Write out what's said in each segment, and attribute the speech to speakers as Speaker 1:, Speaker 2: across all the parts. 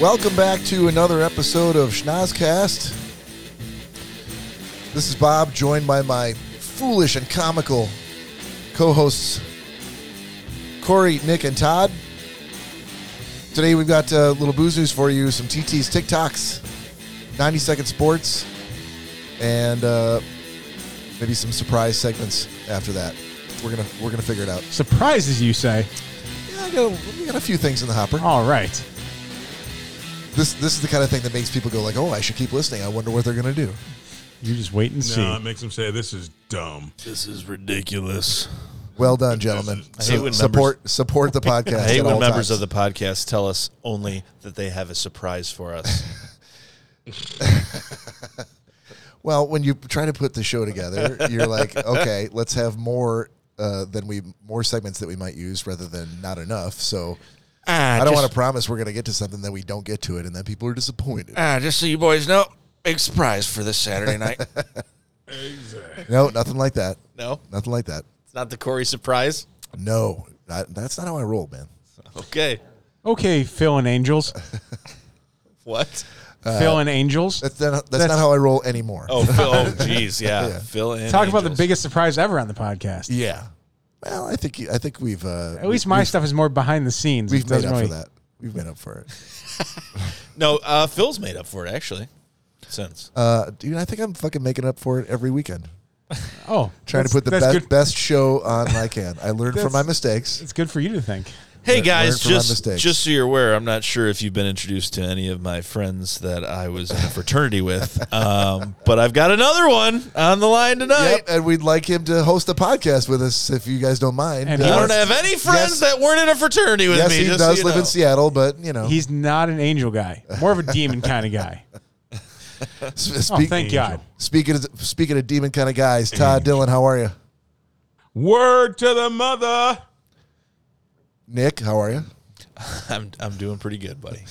Speaker 1: Welcome back to another episode of Schnozcast. This is Bob, joined by my foolish and comical co hosts, Corey, Nick, and Todd. Today we've got uh, little booze news for you some TT's TikToks, 90 second sports, and uh, maybe some surprise segments after that. We're gonna we're gonna figure it out.
Speaker 2: Surprises, you say?
Speaker 1: Yeah, I got a, we got a few things in the hopper.
Speaker 2: All right.
Speaker 1: This this is the kind of thing that makes people go like, "Oh, I should keep listening. I wonder what they're gonna do."
Speaker 2: You just wait and
Speaker 3: No, it
Speaker 2: see.
Speaker 3: makes them say this is dumb.
Speaker 4: This is ridiculous.
Speaker 1: Well done, gentlemen.
Speaker 3: I
Speaker 4: hate
Speaker 1: So-
Speaker 4: when
Speaker 1: support support the podcast.
Speaker 4: I hate
Speaker 1: at
Speaker 4: when
Speaker 1: all
Speaker 4: members
Speaker 1: times.
Speaker 4: of the podcast tell us only that they have a surprise for us.
Speaker 1: well, when you try to put the show together, you're like, okay, let's have more uh, than we more segments that we might use rather than not enough. So
Speaker 5: Ah,
Speaker 1: I don't want to promise we're gonna get to something that we don't get to it, and then people are disappointed.
Speaker 5: Ah, just so you boys know, big surprise for this Saturday night.
Speaker 3: Exactly.
Speaker 1: no, nothing like that.
Speaker 4: No,
Speaker 1: Nothing like that.
Speaker 4: it's not the Corey surprise.
Speaker 1: No, that, that's not how I roll, man.
Speaker 4: Okay,
Speaker 2: Okay, Phil and Angels.
Speaker 4: what?
Speaker 2: Phil and Angels.
Speaker 1: That's not, that's, not how I roll anymore.
Speaker 4: Oh, Phil. Oh, geez, yeah.
Speaker 1: Yeah.
Speaker 4: Phil and
Speaker 2: Talk about the
Speaker 4: Angels.
Speaker 2: biggest surprise ever on the podcast.
Speaker 1: yeah. Well, I think I think we've uh,
Speaker 2: At least my stuff is more behind the scenes.
Speaker 1: we've
Speaker 2: It
Speaker 1: made
Speaker 2: doesn't
Speaker 1: up for
Speaker 2: really-
Speaker 1: that. We've made up for it.
Speaker 4: No, uh, Phil's made up for it actually. Since
Speaker 1: Uh, dude, I think I'm fucking making up for it every weekend.
Speaker 2: Oh,
Speaker 1: Trying
Speaker 2: that's-
Speaker 1: to put the
Speaker 2: that's
Speaker 1: best
Speaker 2: good-
Speaker 1: best show on I can. I learned from
Speaker 2: That's-
Speaker 1: my mistakes.
Speaker 2: It's good for you to think.
Speaker 4: hey
Speaker 1: learn
Speaker 4: guys,
Speaker 1: from my
Speaker 4: just
Speaker 1: mistakes.
Speaker 4: just so you're aware, I'm not sure if you've been introduced to any of my friends that I was in a fraternity with, um, but I've got another one on the line tonight.
Speaker 1: Yep, and we'd like him to host a podcast with us if you guys don't mind.
Speaker 2: And
Speaker 1: Uh,
Speaker 2: he
Speaker 4: I
Speaker 2: Yes.
Speaker 4: don't have any friends that weren't in a fraternity with
Speaker 1: yes,
Speaker 4: me.
Speaker 1: he
Speaker 4: just so
Speaker 1: does
Speaker 4: you
Speaker 1: live
Speaker 4: know.
Speaker 1: in Seattle, but you know,
Speaker 2: He's not an angel guy. More of a demon kind of guy.
Speaker 1: sp-
Speaker 2: Oh,
Speaker 1: speak-
Speaker 2: thank God.
Speaker 1: Speaking of, speaking of demon kind of guys, Todd Dylan, how are you?
Speaker 3: Word to the mother.
Speaker 1: Nick, how are you?
Speaker 4: I'm, I'm doing pretty good, buddy.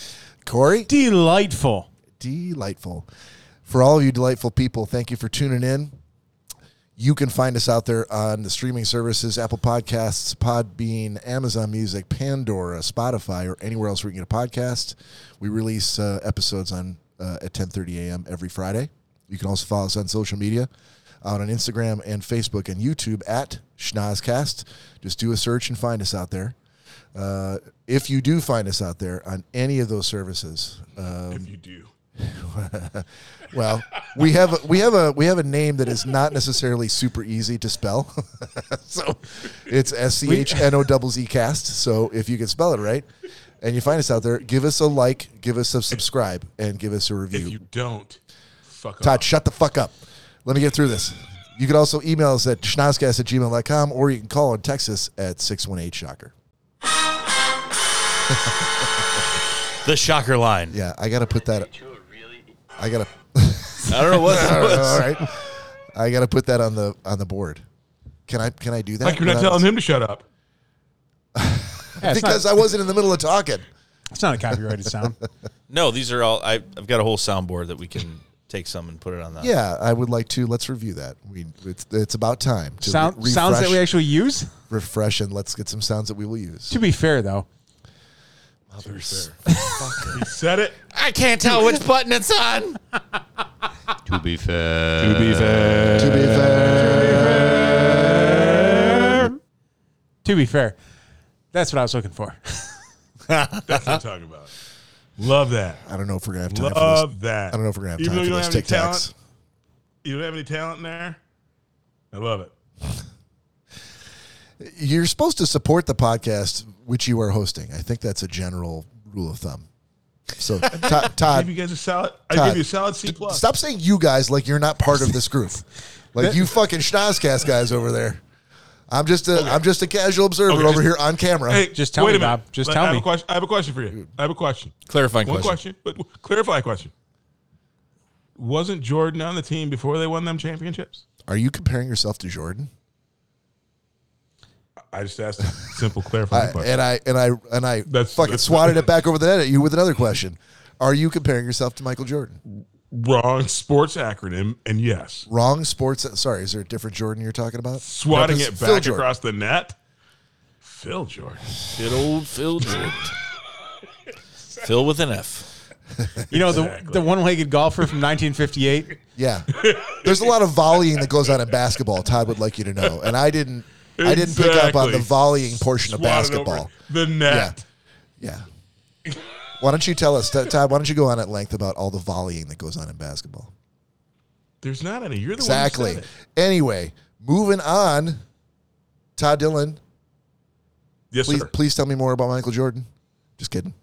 Speaker 1: Corey,
Speaker 2: Delightful.
Speaker 1: delightful. For all of you delightful people, thank you for tuning in. You can find us out there on the streaming services Apple Podcasts, Podbean, Amazon Music, Pandora, Spotify, or anywhere else where you can get a podcast. We release uh, episodes on uh, at 10:30 a.m. every Friday. You can also follow us on social media, out on Instagram and Facebook and YouTube at Schnozcast. Just do a search and find us out there. Uh, if you do find us out there on any of those services, um,
Speaker 3: If you do.
Speaker 1: well, we have a, we have a we have a name that is not necessarily super easy to spell. so it's S C H N O double Z cast. So if you can spell it right and you find us out there, give us a like, give us a subscribe, and give us a
Speaker 3: If
Speaker 1: review.
Speaker 3: you don't, fuck
Speaker 1: Todd,
Speaker 3: off.
Speaker 1: shut the fuck up. Let me get through this. You can also email us at schnozcast at gmail.com or you can call in Texas at 618 Shocker.
Speaker 4: The shocker line.
Speaker 1: Yeah, I gotta put that I gotta
Speaker 4: I don't know what that
Speaker 1: all
Speaker 4: was.
Speaker 1: right. I gotta put that on the on the board. Can I can I do that?
Speaker 3: Like you're not
Speaker 1: without-
Speaker 3: telling him to shut up.
Speaker 2: Yeah, it's,
Speaker 1: because
Speaker 2: not,
Speaker 1: I wasn't in the middle of talking.
Speaker 2: it's not a copyrighted sound.
Speaker 4: No, these are all. I, I've got a whole soundboard that we can take some and put it on that.
Speaker 1: Yeah, I would like to. Let's review that. We it's, it's about time to
Speaker 2: Sound,
Speaker 1: re-
Speaker 2: sounds that
Speaker 1: refresh-
Speaker 2: we actually use.
Speaker 1: refresh and let's get some sounds that we will use.
Speaker 2: To be fair, though,
Speaker 3: He said it.
Speaker 5: I can't tell which button it's on.
Speaker 3: to be fair.
Speaker 1: To be fair,
Speaker 2: to be fair, that's what I was looking for.
Speaker 3: That's what I'm talking about. Love that.
Speaker 1: I don't know if we're gonna have time for this.
Speaker 3: Love that.
Speaker 1: I don't know if we're gonna have
Speaker 3: Even
Speaker 1: time
Speaker 3: though
Speaker 1: for
Speaker 3: you don't
Speaker 1: those
Speaker 3: have any
Speaker 1: Tic Tacs.
Speaker 3: talent, you don't have any talent in there. I love it.
Speaker 1: You're supposed to support the podcast which you are hosting. I think that's a general rule of thumb. So Todd,
Speaker 3: I
Speaker 1: Todd
Speaker 3: give you guys a solid.
Speaker 1: Todd,
Speaker 3: I give you a solid C plus.
Speaker 1: stop saying you guys like you're not part of this group. Like you fucking Schnozcast guys over there. I'm just a am just a casual observer
Speaker 3: Okay,
Speaker 1: over
Speaker 3: just-
Speaker 1: here on camera.
Speaker 3: Hey,
Speaker 2: Just tell
Speaker 3: wait
Speaker 2: me,
Speaker 3: a minute.
Speaker 2: Bob. Just
Speaker 3: Let-
Speaker 2: tell
Speaker 3: I have
Speaker 2: me.
Speaker 3: A question, I have a question for you. I have a question.
Speaker 4: Clarifying
Speaker 3: One
Speaker 4: question.
Speaker 3: question, but w- clarify a question. Wasn't Jordan on the team before they won them championships?
Speaker 1: Are you comparing yourself to Jordan?
Speaker 3: I just asked a simple
Speaker 1: I,
Speaker 3: clarifying question.
Speaker 1: and I and I and I
Speaker 3: That's-
Speaker 1: fucking
Speaker 3: that's-
Speaker 1: swatted it back over the net at you with another question. Are you comparing yourself to Michael Jordan?
Speaker 3: Wrong sports acronym, and yes,
Speaker 1: Wrong sports. Sorry, is there a different Jordan you're talking about?
Speaker 3: swatting
Speaker 1: Preface-
Speaker 3: it
Speaker 1: Phil
Speaker 3: back
Speaker 1: Jordan.
Speaker 3: across the net. Phil Jordan.
Speaker 4: Good old Phil Jordan. Phil with an F.
Speaker 2: You know, the, the one legged golfer from 1958.
Speaker 1: Yeah, there's a lot of volleying that goes on in basketball. Todd would like you to know, and I didn't. I didn't pick up on the
Speaker 3: Exactly.
Speaker 1: volleying portion of
Speaker 3: Swatted over
Speaker 1: basketball.
Speaker 3: The
Speaker 1: Yeah,
Speaker 3: net.
Speaker 1: yeah. Why don't you tell us, Todd? Why don't you go on at length about all the volleying that goes on in basketball?
Speaker 3: There's not any. You're the one.
Speaker 1: Exactly.
Speaker 3: who said it.
Speaker 1: Anyway, moving on. Todd Dillon,
Speaker 3: Yes,
Speaker 1: please,
Speaker 3: sir.
Speaker 1: please tell me more about Michael Jordan. Just kidding.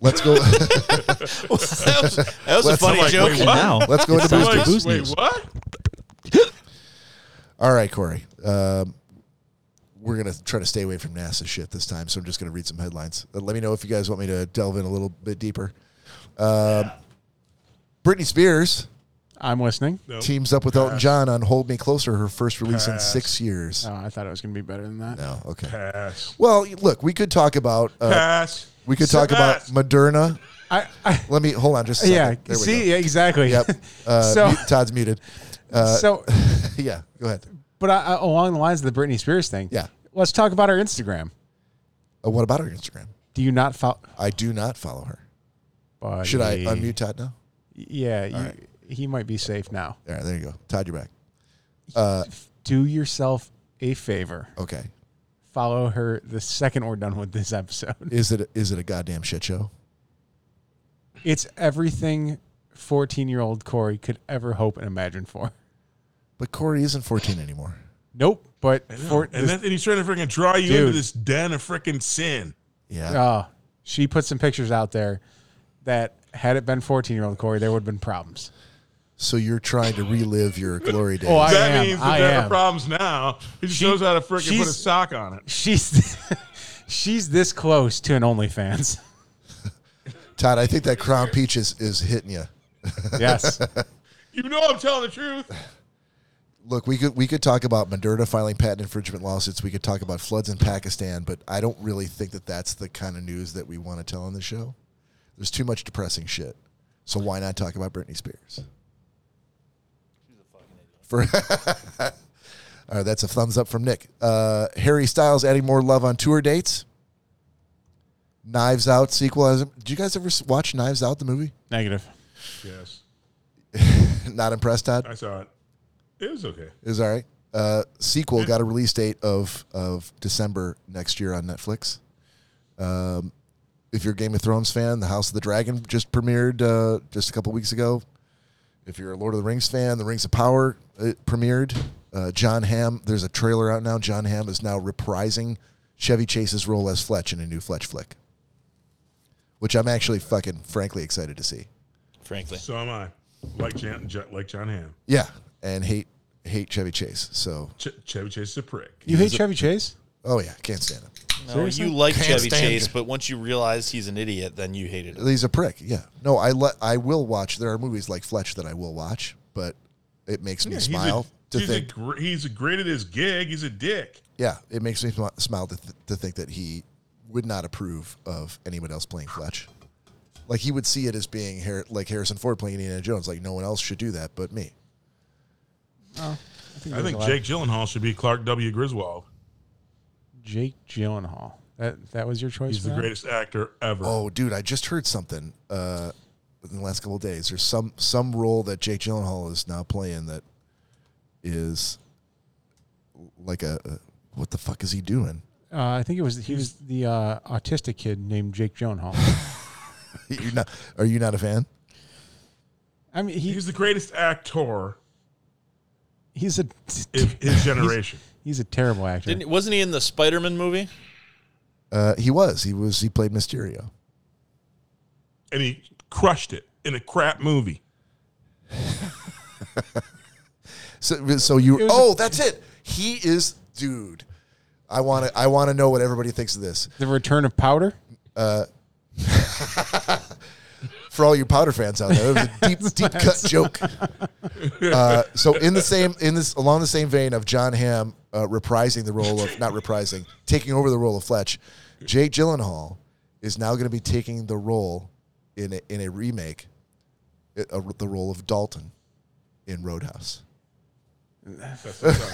Speaker 1: Let's go.
Speaker 4: that was, that was a
Speaker 1: Let's-
Speaker 4: funny
Speaker 3: I'm like,
Speaker 4: joke.
Speaker 3: wait, what?
Speaker 6: Now,
Speaker 1: Let's go
Speaker 6: it
Speaker 1: to Mr.
Speaker 6: sounds like
Speaker 3: Wait,
Speaker 6: booze
Speaker 3: wait,
Speaker 6: news.
Speaker 3: what?
Speaker 1: all right, Corey. Um, we're gonna try to stay away from NASA shit this time, so I'm just gonna read some headlines. Uh, let me know if you guys want me to delve in a little bit deeper. Um, Britney Spears
Speaker 2: I'm listening.
Speaker 3: No.
Speaker 1: teams up with Elton John on "Hold Me Closer," her first release in six years.
Speaker 2: Oh, I thought it was going to be better than that.
Speaker 1: No, okay.
Speaker 3: Pass.
Speaker 1: Well, look, we could talk about uh,
Speaker 3: Pass.
Speaker 1: we could talk about
Speaker 3: Pass.
Speaker 1: Moderna.
Speaker 2: I, I,
Speaker 1: Let me hold on just a second.
Speaker 2: yeah.
Speaker 1: there we
Speaker 2: See,
Speaker 1: go.
Speaker 2: yeah, exactly.
Speaker 1: Yep. Uh,
Speaker 2: so,
Speaker 1: mu- Todd's muted. Uh,
Speaker 2: so,
Speaker 1: yeah, go ahead.
Speaker 2: but I, I- along the lines of the Britney Spears thing,
Speaker 1: Yeah.
Speaker 2: Let's talk about her Instagram.
Speaker 1: Uh, what about her Instagram?
Speaker 2: Do you not follow?
Speaker 1: I do not follow her. Should I unmute Todd now?
Speaker 2: Yeah, you,
Speaker 1: right.
Speaker 2: he might be safe now.
Speaker 1: All right, there you go. Todd, you're back.
Speaker 2: Do yourself a favor.
Speaker 1: Okay.
Speaker 2: Follow her the second we're done with this episode.
Speaker 1: Is it is it a goddamn shit show?
Speaker 2: It's everything 14 year old Corey could ever hope and imagine for.
Speaker 1: But Corey isn't 14 anymore.
Speaker 2: Nope, but for,
Speaker 3: and,
Speaker 2: this,
Speaker 3: that, and he's trying to freaking draw you
Speaker 2: Dude.
Speaker 3: into this den of freaking sin.
Speaker 1: Yeah.
Speaker 2: uh, she put some pictures out there that had it been 14 year old Corey, there would have been problems.
Speaker 1: So you're trying to relive your glory days.
Speaker 2: Oh, I
Speaker 3: that
Speaker 2: am.
Speaker 3: means that
Speaker 2: I
Speaker 3: there
Speaker 2: am.
Speaker 3: are problems now. He just
Speaker 2: She-
Speaker 3: knows how to freaking put a
Speaker 2: she's-
Speaker 3: sock on it.
Speaker 2: She's she's this close to an OnlyFans.
Speaker 1: Todd, I think that crown peach is, is hitting you.
Speaker 2: Yes.
Speaker 3: You know I'm telling the truth.
Speaker 1: Look, we could we could talk about Moderna filing patent infringement lawsuits. We could talk about floods in Pakistan, but I don't really think that that's the kind of news that we want to tell on the show. There's too much depressing shit. So why not talk about Britney Spears? For all right, that's a thumbs up from Nick. Uh, Harry Styles adding more love on tour dates. Knives Out sequel. Has- Did you guys ever s- watch Knives Out the movie?
Speaker 2: Negative.
Speaker 3: Yes,
Speaker 1: not impressed, Todd.
Speaker 3: I saw it. It was okay.
Speaker 1: is all right. Uh, sequel got a release date of of December next year on Netflix. Um, if you're a Game of Thrones fan, The House of the Dragon just premiered uh, just a couple weeks ago. If you're a Lord of the Rings fan, The Rings of Power it premiered. Uh, John Hamm, there's a trailer out now. John Hamm is now reprising Chevy Chase's role as Fletch in a new Fletch flick, which I'm actually fucking frankly excited to see.
Speaker 4: Frankly,
Speaker 3: So am I. Like John, Jo- like John Hamm.
Speaker 1: Yeah, and hate hate Chevy Chase. So
Speaker 3: Ch- Chevy Chase is a prick.
Speaker 2: You hate Chevy Chase?
Speaker 1: oh yeah, can't stand him.
Speaker 4: no, you like
Speaker 1: Can't
Speaker 4: Chevy
Speaker 1: stand
Speaker 4: Chase,
Speaker 1: it.
Speaker 4: but once you realize he's an idiot, then you hated him.
Speaker 1: He's a prick. Yeah. No, I let I will watch. There are movies like Fletch that I will watch, but it makes me
Speaker 3: Yeah, he's a-
Speaker 1: smile to
Speaker 3: he's, a,
Speaker 1: think.
Speaker 3: gr- he's great at his gig. He's a dick.
Speaker 1: yeah, it makes me smi- smile to, th- to think that he would not approve of anyone else playing Fletch. Like he would see it as being Har- like Harrison Ford playing Indiana Jones. Like no one else should do that but me.
Speaker 2: think
Speaker 3: I
Speaker 2: there's a
Speaker 3: think
Speaker 2: lot-
Speaker 3: Jake Gyllenhaal should be Clark W. Griswold.
Speaker 2: Jake Gyllenhaal. That that was your choice.
Speaker 3: He's
Speaker 2: for
Speaker 3: the
Speaker 2: that?
Speaker 3: greatest actor ever.
Speaker 1: Oh, dude, I just heard something uh, in the last couple of days. There's some some role that Jake Gyllenhaal is now playing that is like a, a what the fuck is he doing?
Speaker 2: Uh, I think it was he was the uh, autistic kid named Jake Gyllenhaal.
Speaker 1: You're not, are you not a fan?
Speaker 2: I mean, he,
Speaker 3: He's
Speaker 2: he's
Speaker 3: the greatest actor
Speaker 2: he's a
Speaker 3: in his generation.
Speaker 2: he's a terrible actor.
Speaker 4: Didn't, wasn't he in the Spider-Man movie?
Speaker 1: Uh, he was. He was. He played Mysterio.
Speaker 3: and he crushed it in a crap movie.
Speaker 1: So, so you.
Speaker 2: It was
Speaker 1: oh,
Speaker 2: a-
Speaker 1: that's it. He is, dude. I want to. I want to know what everybody thinks of this.
Speaker 2: the Return of Powder.
Speaker 1: For all you powder fans out there, it was a deep, deep cut joke. Uh, so in the same, in this, along the same vein of John Hamm uh, reprising the role of not reprising, taking over the role of Fletch, Jake Gyllenhaal is now going to be taking the role in a, in a remake, uh, the role of Dalton in Roadhouse.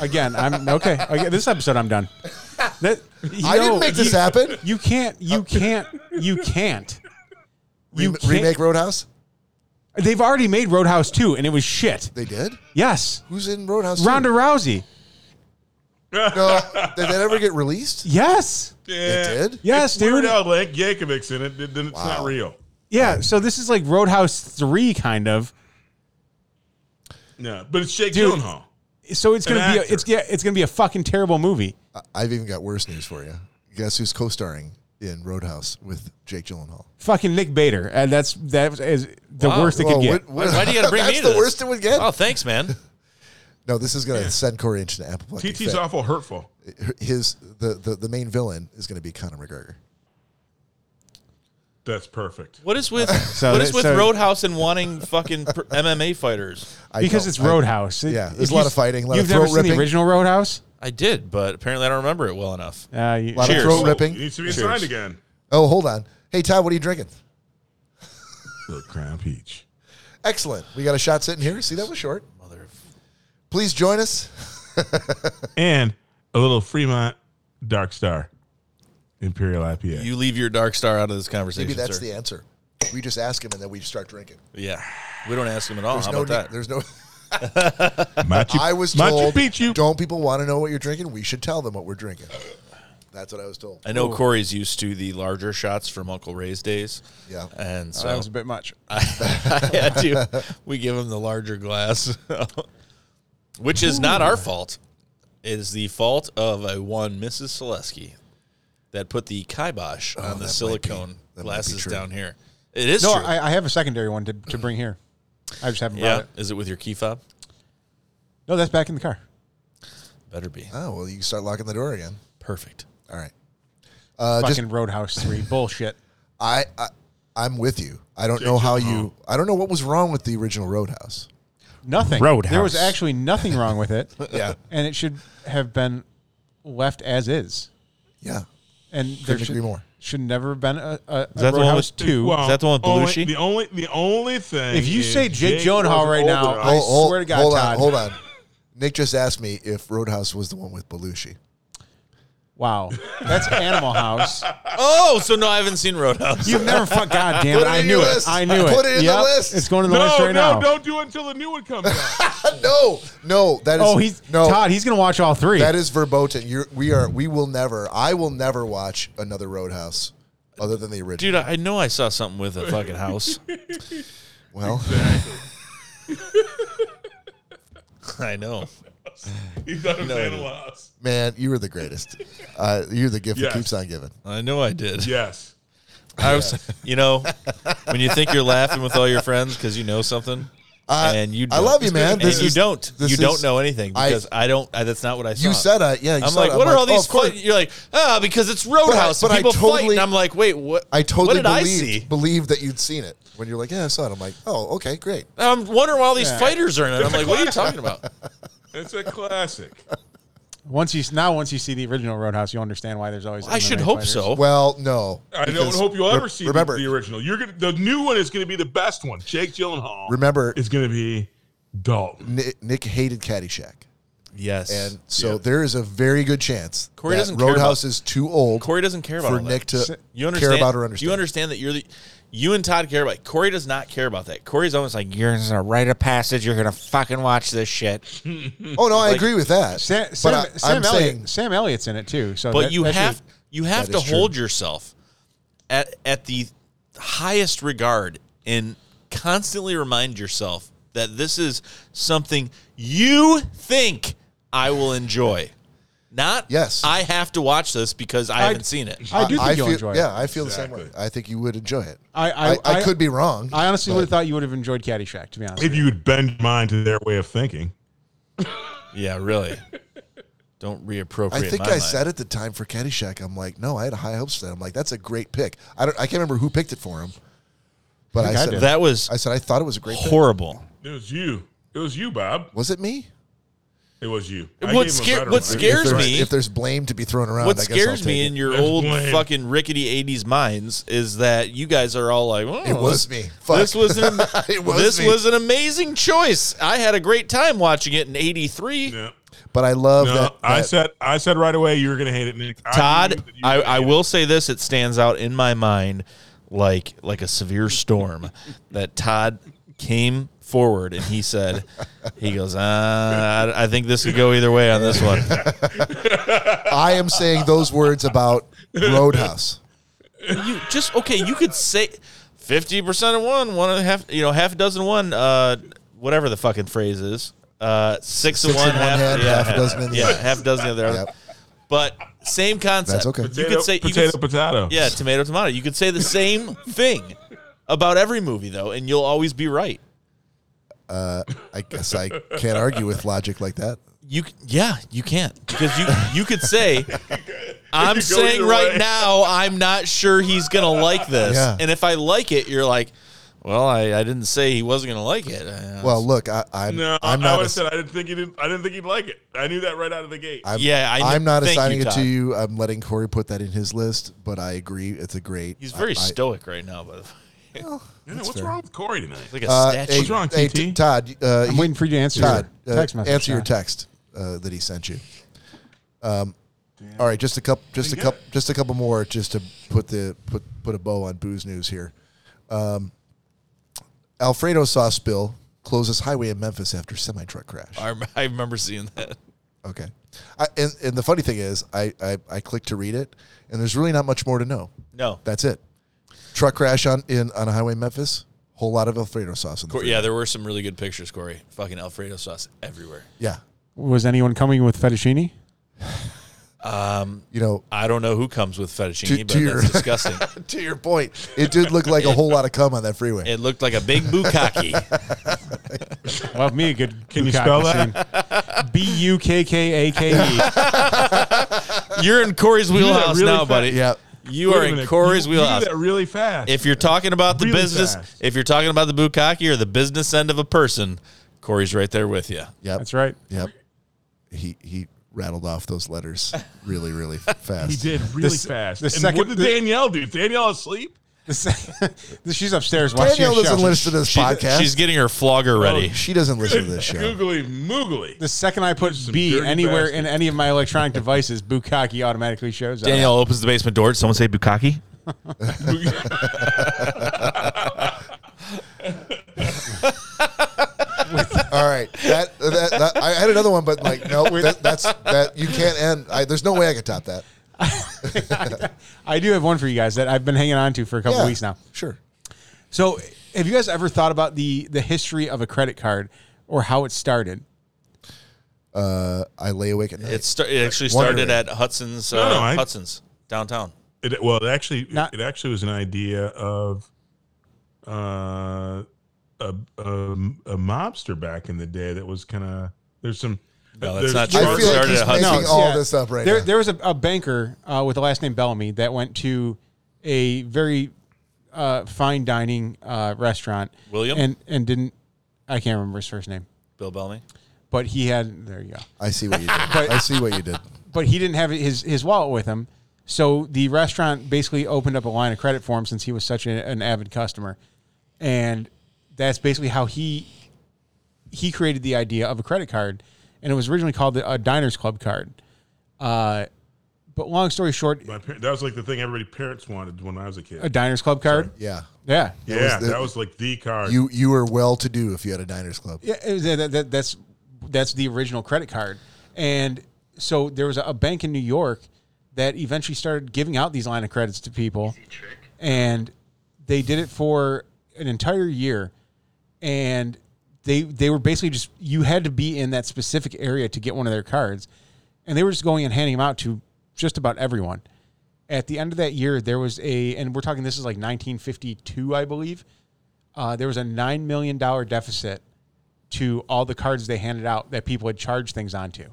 Speaker 2: Again, I'm okay. okay this episode, I'm done. That,
Speaker 1: I
Speaker 2: yo,
Speaker 1: didn't make this
Speaker 2: you-
Speaker 1: happen.
Speaker 2: You can't. You can't. You can't You
Speaker 1: Rem-
Speaker 2: can't-
Speaker 1: remake Roadhouse?
Speaker 2: They've already made Roadhouse 2 and it was shit.
Speaker 1: They did.
Speaker 2: Yes.
Speaker 1: Who's in Roadhouse? two?
Speaker 2: Ronda Rousey.
Speaker 1: No, did that ever get released?
Speaker 2: Yes.
Speaker 1: It did.
Speaker 2: Yes,
Speaker 3: Weird
Speaker 2: dude.
Speaker 3: Al Yank- Yankovic's in it. Then it's not real.
Speaker 2: Yeah, so this is like Roadhouse 3 kind of.
Speaker 3: No, but it's Jake
Speaker 2: Dude.
Speaker 3: Gyllenhaal.
Speaker 2: So it's
Speaker 3: An
Speaker 2: going to be a,
Speaker 3: actor.
Speaker 2: it's yeah, it's going to be a fucking terrible movie.
Speaker 1: I- I've even got worse news for you. Guess who's co-starring in Roadhouse with Jake Gyllenhaal?
Speaker 2: Fucking Nick Bader. And that's that is the
Speaker 4: Wow.
Speaker 2: worst it could
Speaker 1: Whoa,
Speaker 2: get.
Speaker 1: what- what-
Speaker 4: Why do you gotta bring
Speaker 1: That's
Speaker 4: me to
Speaker 1: the
Speaker 4: this?
Speaker 1: worst it would get.
Speaker 4: Oh, thanks, man.
Speaker 1: No, this is going to send Corey Inch to Apple. fucking
Speaker 3: TT's
Speaker 1: fat.
Speaker 3: awful hurtful.
Speaker 1: His the, the the main villain is going to be Conor McGregor.
Speaker 3: That's perfect.
Speaker 4: What is with
Speaker 2: So
Speaker 4: what is
Speaker 2: that-
Speaker 4: with
Speaker 2: so-
Speaker 4: Roadhouse and wanting fucking pr- MMA fighters?
Speaker 1: I
Speaker 2: because
Speaker 1: don't-
Speaker 2: it's
Speaker 1: I-
Speaker 2: Roadhouse.
Speaker 1: yeah,
Speaker 2: If
Speaker 1: there's a lot
Speaker 2: you-
Speaker 1: of fighting, a lot
Speaker 2: you've
Speaker 1: of
Speaker 2: never
Speaker 1: throat
Speaker 2: seen the
Speaker 1: ripping.
Speaker 2: original Roadhouse?
Speaker 4: I did, but apparently I don't remember it well enough.
Speaker 2: Uh, you,
Speaker 1: A lot of
Speaker 4: Cheers.
Speaker 1: throat
Speaker 4: Oh,
Speaker 1: ripping.
Speaker 3: He needs to be assigned again.
Speaker 1: Oh, hold on. Hey, Todd, what are you drinking?
Speaker 3: The crown peach.
Speaker 1: Excellent. We got a shot sitting here. See, that was short. Mother. Please join us.
Speaker 3: And a little Fremont Dark Star Imperial IPA.
Speaker 4: You leave your dark star out of this conversation,
Speaker 1: Maybe that's
Speaker 4: sir.
Speaker 1: the answer. We just ask him and then we start drinking.
Speaker 4: yeah, we don't ask him at all.
Speaker 1: There's
Speaker 4: How
Speaker 1: no.
Speaker 4: about that?
Speaker 1: need- There's no.
Speaker 3: Machu,
Speaker 1: I was
Speaker 3: Machu
Speaker 1: told.
Speaker 3: Picchu.
Speaker 1: Don't people want to know what you're drinking? We should tell them what we're drinking. That's what I was told.
Speaker 4: I know Corey's used to the larger shots from Uncle Ray's days.
Speaker 1: Yeah.
Speaker 4: and so
Speaker 2: Oh, that was a bit much.
Speaker 4: I had to. We give him the larger glass, which is not our fault. It is the fault of a one Mrs. Selesky that put the kibosh on the
Speaker 1: Oh, might
Speaker 4: silicone
Speaker 1: be- that might be
Speaker 4: glasses
Speaker 1: true.
Speaker 4: down here. It is
Speaker 2: No,
Speaker 4: true.
Speaker 2: I, I have a secondary one to, to bring here. I just haven't brought
Speaker 4: yeah,
Speaker 2: it.
Speaker 4: is it with your key fob?
Speaker 2: No, that's back in the car.
Speaker 4: Better be
Speaker 1: Oh well, you can start locking the door again.
Speaker 4: perfect.
Speaker 1: All right. Uh, just
Speaker 2: fucking Roadhouse 3. Bullshit.
Speaker 1: I, I I'm with you. I don't know how you. I don't know what was wrong with the original Roadhouse.
Speaker 2: Nothing. There was
Speaker 3: Roadhouse.
Speaker 2: actually nothing wrong with it.
Speaker 1: Yeah.
Speaker 2: And it should have been left as is.
Speaker 1: Yeah.
Speaker 2: And there should,
Speaker 1: agree more.
Speaker 2: should never have been a, a, a
Speaker 4: that the one
Speaker 2: Roadhouse
Speaker 4: with-
Speaker 2: 2.
Speaker 3: Well,
Speaker 4: Is that the one with
Speaker 3: only-
Speaker 4: Belushi?
Speaker 3: The only, the only thing.
Speaker 2: If you
Speaker 3: is
Speaker 2: say Jake Gyllenhaal
Speaker 3: wasn't
Speaker 2: right
Speaker 3: old
Speaker 2: now,
Speaker 3: enough.
Speaker 2: I swear to God,
Speaker 1: hold
Speaker 2: Todd.
Speaker 1: on, hold on. Nick just asked me if Roadhouse was the one with Belushi.
Speaker 2: Wow. That's Animal House.
Speaker 4: Oh, so no, I haven't seen Roadhouse.
Speaker 2: You've never fuck God damn
Speaker 1: Put
Speaker 2: it.
Speaker 1: it
Speaker 2: I
Speaker 1: in
Speaker 2: knew
Speaker 1: your
Speaker 2: it.
Speaker 1: list.
Speaker 2: I knew it.
Speaker 1: Put it in the
Speaker 2: Yep,
Speaker 1: list.
Speaker 2: It's going to the
Speaker 3: no,
Speaker 2: list right
Speaker 3: no,
Speaker 2: now.
Speaker 3: don't do it until the new one comes out.
Speaker 1: no, no, that is
Speaker 2: Oh, he's
Speaker 1: no.
Speaker 2: Todd, he's going to watch all three.
Speaker 1: That is verboten. You're, we are. We will never. I will never watch another Roadhouse other than the original.
Speaker 4: Dude, I I know I saw something with a fucking house.
Speaker 1: well,
Speaker 4: I know.
Speaker 3: He's not a fan of Laos.
Speaker 1: man, you were the greatest. Uh, you're the gift
Speaker 3: Yes.
Speaker 1: that keeps on giving.
Speaker 4: I know I did.
Speaker 3: Yes.
Speaker 4: I was, you know, when you think you're laughing with all your friends because you know something,
Speaker 1: Uh,
Speaker 4: and you,
Speaker 1: I
Speaker 4: don't.
Speaker 1: love you, man.
Speaker 4: And
Speaker 1: This
Speaker 4: you
Speaker 1: is-
Speaker 4: don't.
Speaker 1: this
Speaker 4: You
Speaker 1: is-
Speaker 4: don't know anything
Speaker 1: I-
Speaker 4: because I, don't. I, that's not what I saw.
Speaker 1: You said, uh, yeah. You
Speaker 4: I'm
Speaker 1: said
Speaker 4: like,
Speaker 1: it.
Speaker 4: what are
Speaker 1: like,
Speaker 4: all
Speaker 1: oh,
Speaker 4: these?
Speaker 1: of course.
Speaker 4: fight-" You're like, ah, because it's Roadhouse.
Speaker 1: but I
Speaker 4: and people fight,
Speaker 1: totally-
Speaker 4: and I'm like, wait, what?
Speaker 1: I totally
Speaker 4: What did I
Speaker 1: believed,
Speaker 4: see?
Speaker 1: believed that you'd seen it when you're like, yeah, I saw it. I'm like, oh, okay, great.
Speaker 4: I'm wondering why all these fighters are in it. I'm like, what are you talking about?
Speaker 3: It's a classic.
Speaker 2: Once you now, once you see the original Roadhouse, you understand why there's always.
Speaker 4: I should
Speaker 2: MMA
Speaker 4: hope
Speaker 2: fighters.
Speaker 4: so.
Speaker 1: Well, no.
Speaker 3: I don't
Speaker 1: because
Speaker 3: hope you'll
Speaker 1: re-
Speaker 3: ever see the-
Speaker 1: Remember,
Speaker 3: the original. You're gonna, the new one is going to be the best one. Jake Gyllenhaal
Speaker 1: remember,
Speaker 3: is going to be Dalton.
Speaker 1: Ni- Nick hated Caddyshack,
Speaker 4: yes.
Speaker 1: and so there is a very good chance
Speaker 4: Corey
Speaker 1: that
Speaker 4: doesn't care
Speaker 1: Roadhouse
Speaker 4: about-
Speaker 1: is too old
Speaker 4: Corey doesn't care about
Speaker 1: for
Speaker 4: all that.
Speaker 1: Nick to
Speaker 4: You understand?
Speaker 1: care about or
Speaker 4: You
Speaker 1: understand.
Speaker 4: understand that you're the. You and Todd care about. It. Corey does not care about that. Corey's almost like you're gonna write a passage. You're gonna fucking watch this shit.
Speaker 1: oh no, I agree with that.
Speaker 2: Sam,
Speaker 1: But
Speaker 2: Sam,
Speaker 1: I,
Speaker 2: Sam
Speaker 1: am
Speaker 2: Elliott.
Speaker 1: saying
Speaker 2: Sam Elliott's in it too. So,
Speaker 4: but
Speaker 2: that-
Speaker 4: you
Speaker 2: that should-
Speaker 4: have you have
Speaker 1: that
Speaker 4: to
Speaker 1: is true.
Speaker 4: hold yourself at at the highest regard and constantly remind yourself that this is something you think I will enjoy. Not
Speaker 1: Yes.
Speaker 4: I have to watch this because I, haven't seen it.
Speaker 2: I do think you'll
Speaker 1: feel,
Speaker 2: enjoy it.
Speaker 1: Yeah, I feel the same way.
Speaker 3: Exactly.
Speaker 1: I think you would enjoy it.
Speaker 2: I- I-
Speaker 1: I
Speaker 2: I-
Speaker 1: could be wrong.
Speaker 2: I honestly would have thought you would have enjoyed Caddyshack. To be honest,
Speaker 3: If you would bend mine to their way of thinking.
Speaker 4: yeah, really. Don't reappropriate.
Speaker 1: I think
Speaker 4: my
Speaker 1: I
Speaker 4: mind.
Speaker 1: said at the time for Caddyshack, I'm like, no, I had high hopes for that. I'm like, that's a great pick. I don't, I can't remember who picked it for him, but I,
Speaker 2: think I
Speaker 1: said,
Speaker 2: did.
Speaker 4: that was
Speaker 1: I said I thought it was a great. pick.
Speaker 4: horrible.
Speaker 3: It was you. It was you, Bob.
Speaker 1: Was it me?
Speaker 3: It was you. I
Speaker 4: What
Speaker 3: gave him a
Speaker 4: scared-
Speaker 3: better
Speaker 4: what
Speaker 3: one.
Speaker 4: scared- Scares
Speaker 1: if there's,
Speaker 4: me.
Speaker 1: If there's blame to be thrown around,
Speaker 4: What
Speaker 1: I guess I'll
Speaker 4: scares
Speaker 1: take
Speaker 4: me
Speaker 1: it.
Speaker 4: in your
Speaker 3: That's
Speaker 4: old
Speaker 3: lame.
Speaker 4: fucking rickety '80s minds is that you guys are all like, "Oh,
Speaker 1: It was me. Fuck.
Speaker 4: This was an
Speaker 1: It was
Speaker 4: this
Speaker 1: me.
Speaker 4: was an amazing choice. I had a great time watching it in '83.
Speaker 3: Yeah.
Speaker 1: But I love
Speaker 3: No,
Speaker 1: that.
Speaker 3: I
Speaker 1: that-
Speaker 3: said I said right away you were going to hate it, Nick. I knew
Speaker 4: Todd,
Speaker 3: that you were
Speaker 4: I,
Speaker 3: gonna
Speaker 4: I
Speaker 3: hate it.
Speaker 4: will say this: it stands out in my mind like like a severe storm that Todd came forward and he said, he goes, uh, I, I think this could go either way on this one.
Speaker 1: I am saying those words about Roadhouse.
Speaker 4: You just okay. You could say fifty percent of one, one and a half, you know, half a dozen of one, uh, whatever the fucking phrase is. Uh, six, of
Speaker 1: Six
Speaker 4: one,
Speaker 1: in one
Speaker 4: half,
Speaker 1: hand,
Speaker 4: yeah,
Speaker 1: half a dozen in the
Speaker 4: yeah,
Speaker 1: other.
Speaker 4: half a dozen in the other.
Speaker 1: Yep.
Speaker 4: But same concept.
Speaker 1: That's okay.
Speaker 4: You could say you could
Speaker 3: potato,
Speaker 4: s-
Speaker 3: potato.
Speaker 4: yeah, tomato, tomato. You could say the same thing about every movie though, and you'll always be right.
Speaker 1: I guess I can't argue with logic like that.
Speaker 4: You c- yeah, you can't because you you could say I'm
Speaker 3: go
Speaker 4: saying
Speaker 3: either
Speaker 4: right
Speaker 3: way.
Speaker 4: now I'm not sure he's gonna like this,
Speaker 1: Yeah.
Speaker 4: and if I like it, you're like, well, I, I didn't say he wasn't gonna like it. Uh,
Speaker 1: Well, look, I, I'm,
Speaker 3: No, i
Speaker 1: I'm not.
Speaker 3: would
Speaker 1: ass-
Speaker 3: have said I didn't think he didn't. I didn't think he'd like it. I knew that right out of the gate.
Speaker 1: I'm,
Speaker 4: Yeah, I kn-
Speaker 1: I'm not
Speaker 4: thank you,
Speaker 1: assigning it to
Speaker 4: Todd.
Speaker 1: you. I'm letting Corey put that in his list, but I agree. It's a great.
Speaker 4: he's very
Speaker 1: I- I-
Speaker 4: stoic right now, but
Speaker 3: You know, what's
Speaker 1: fair.
Speaker 3: wrong with Corey tonight?
Speaker 4: like a
Speaker 1: Uh,
Speaker 4: statue.
Speaker 1: hey,
Speaker 3: What's wrong,
Speaker 1: hey,
Speaker 3: TT?
Speaker 1: t- Todd. Uh,
Speaker 2: I'm waiting for you to answer
Speaker 1: Todd,
Speaker 2: your
Speaker 1: uh,
Speaker 2: text message.
Speaker 1: Answer your
Speaker 2: Todd.
Speaker 1: text uh, that he sent you. Um, all right, just a couple, just a
Speaker 3: Didn't get
Speaker 1: couple, just a couple more, just to put the put put a bow on booze news here. Um, Alfredo sauce spill closes highway in Memphis after semi truck crash.
Speaker 4: I, rem- I remember seeing that.
Speaker 1: Okay, I, and and the funny thing is, I, I I clicked to read it, and there's really not much more to know.
Speaker 4: No,
Speaker 1: That's it. Truck crash on in on a highway in Memphis. Whole lot of Alfredo sauce in the
Speaker 4: Cor-
Speaker 1: food.
Speaker 4: yeah, there were some really good pictures, Corey. Fucking Alfredo sauce everywhere.
Speaker 1: yeah.
Speaker 2: Was anyone coming with fettuccine?
Speaker 1: You know,
Speaker 4: I don't know who comes with fettuccine,
Speaker 1: To-
Speaker 4: but
Speaker 1: to your-
Speaker 4: that's disgusting.
Speaker 1: to your point, it did look like a whole lot of cum on that freeway.
Speaker 4: It looked like a big bukkake.
Speaker 2: Love me a good.
Speaker 3: Can you spell
Speaker 2: that? B u k k a k e.
Speaker 4: You're in Corey's wheelhouse
Speaker 3: really
Speaker 4: now,
Speaker 3: fat-
Speaker 4: buddy.
Speaker 1: yeah.
Speaker 4: You
Speaker 3: Wait
Speaker 4: are
Speaker 3: a
Speaker 4: in
Speaker 3: minute.
Speaker 4: Corey's
Speaker 3: You- you
Speaker 4: wheelhouse.
Speaker 3: did that really fast.
Speaker 4: If you're talking about the
Speaker 3: Really
Speaker 4: business,
Speaker 3: fast.
Speaker 4: if you're talking about the bukkake or the business end of a person, Corey's right there with you.
Speaker 1: Yep.
Speaker 2: That's right.
Speaker 1: Yep. He he rattled off those letters really really fast.
Speaker 3: he did really
Speaker 2: s-
Speaker 3: fast.
Speaker 2: the
Speaker 3: and
Speaker 2: second-
Speaker 3: what did
Speaker 2: the-
Speaker 3: Danielle do? Danielle asleep?
Speaker 2: She's upstairs watching
Speaker 1: Danielle
Speaker 2: a
Speaker 1: doesn't
Speaker 2: show.
Speaker 1: listen to this
Speaker 4: She-
Speaker 1: podcast.
Speaker 4: She's getting her
Speaker 3: Oh,
Speaker 4: flogger ready.
Speaker 1: she doesn't listen to this show.
Speaker 3: Googly moogly.
Speaker 2: The second I put
Speaker 3: Some
Speaker 2: B
Speaker 3: dirty
Speaker 2: anywhere
Speaker 3: bastard.
Speaker 2: in any of my electronic devices, Bukaki automatically shows up.
Speaker 4: Danielle opens the basement door. Did someone say bukkake?
Speaker 1: All right, that, that, that I had another one, but like no, that, that's that you can't end. I, there's no way I could top that.
Speaker 2: I do have one for you guys that I've been hanging on to for a couple
Speaker 1: Yeah,
Speaker 2: weeks now.
Speaker 1: Sure.
Speaker 2: So, have you guys ever thought about the the history of a credit card or how it started?
Speaker 1: Uh, I lay awake at night.
Speaker 4: It, sta- it actually
Speaker 1: Wondering.
Speaker 4: started at Hudson's. Uh,
Speaker 3: No, no, I-
Speaker 4: Hudson's downtown.
Speaker 3: It, well, it actually
Speaker 2: Not-
Speaker 3: it actually was an idea of uh, a, a a mobster back in the day that was kind of there's some.
Speaker 4: No, that's
Speaker 3: there's
Speaker 4: not true.
Speaker 1: I
Speaker 3: Charles-
Speaker 1: feel like
Speaker 4: Started
Speaker 1: he's
Speaker 4: at
Speaker 1: making
Speaker 4: Hudson's.
Speaker 2: No,
Speaker 1: all
Speaker 2: yeah.
Speaker 1: this up right
Speaker 2: there,
Speaker 1: now.
Speaker 2: there was a, a banker uh, with the last name Bellamy that went to a very uh, fine dining uh, restaurant.
Speaker 4: William?
Speaker 2: and and didn't I can't remember his first name,
Speaker 4: Bill Bellamy.
Speaker 2: but he had there you go.
Speaker 1: I see what you did. I see what you did.
Speaker 2: But he didn't have his his wallet with him, so the restaurant basically opened up a line of credit for him since he was such a, an avid customer, and that's basically how he he created the idea of a credit card, and it was originally called the uh, Diners Club card. Uh, but long story short,
Speaker 3: My par- that was like the thing everybody parents wanted when I was a kid.
Speaker 2: a Diners Club card.
Speaker 1: Yeah,
Speaker 2: Yeah.
Speaker 3: yeah,
Speaker 1: was the-
Speaker 3: that was like the card.
Speaker 1: you you were well to do if you had a diners club.
Speaker 2: Yeah, it was- that- that- that's that's the original credit card, and so there was a, a bank in New York that eventually started giving out these line of credits to people, and they did it for an entire year, and they they were basically just you had to be in that specific area to get one of their cards, and they were just going and handing them out to just about everyone. At the end of that year, there was a, and we're talking this is like 1952, I believe. Uh, there was a nine million dollar deficit to all the cards they handed out that people had charged things onto.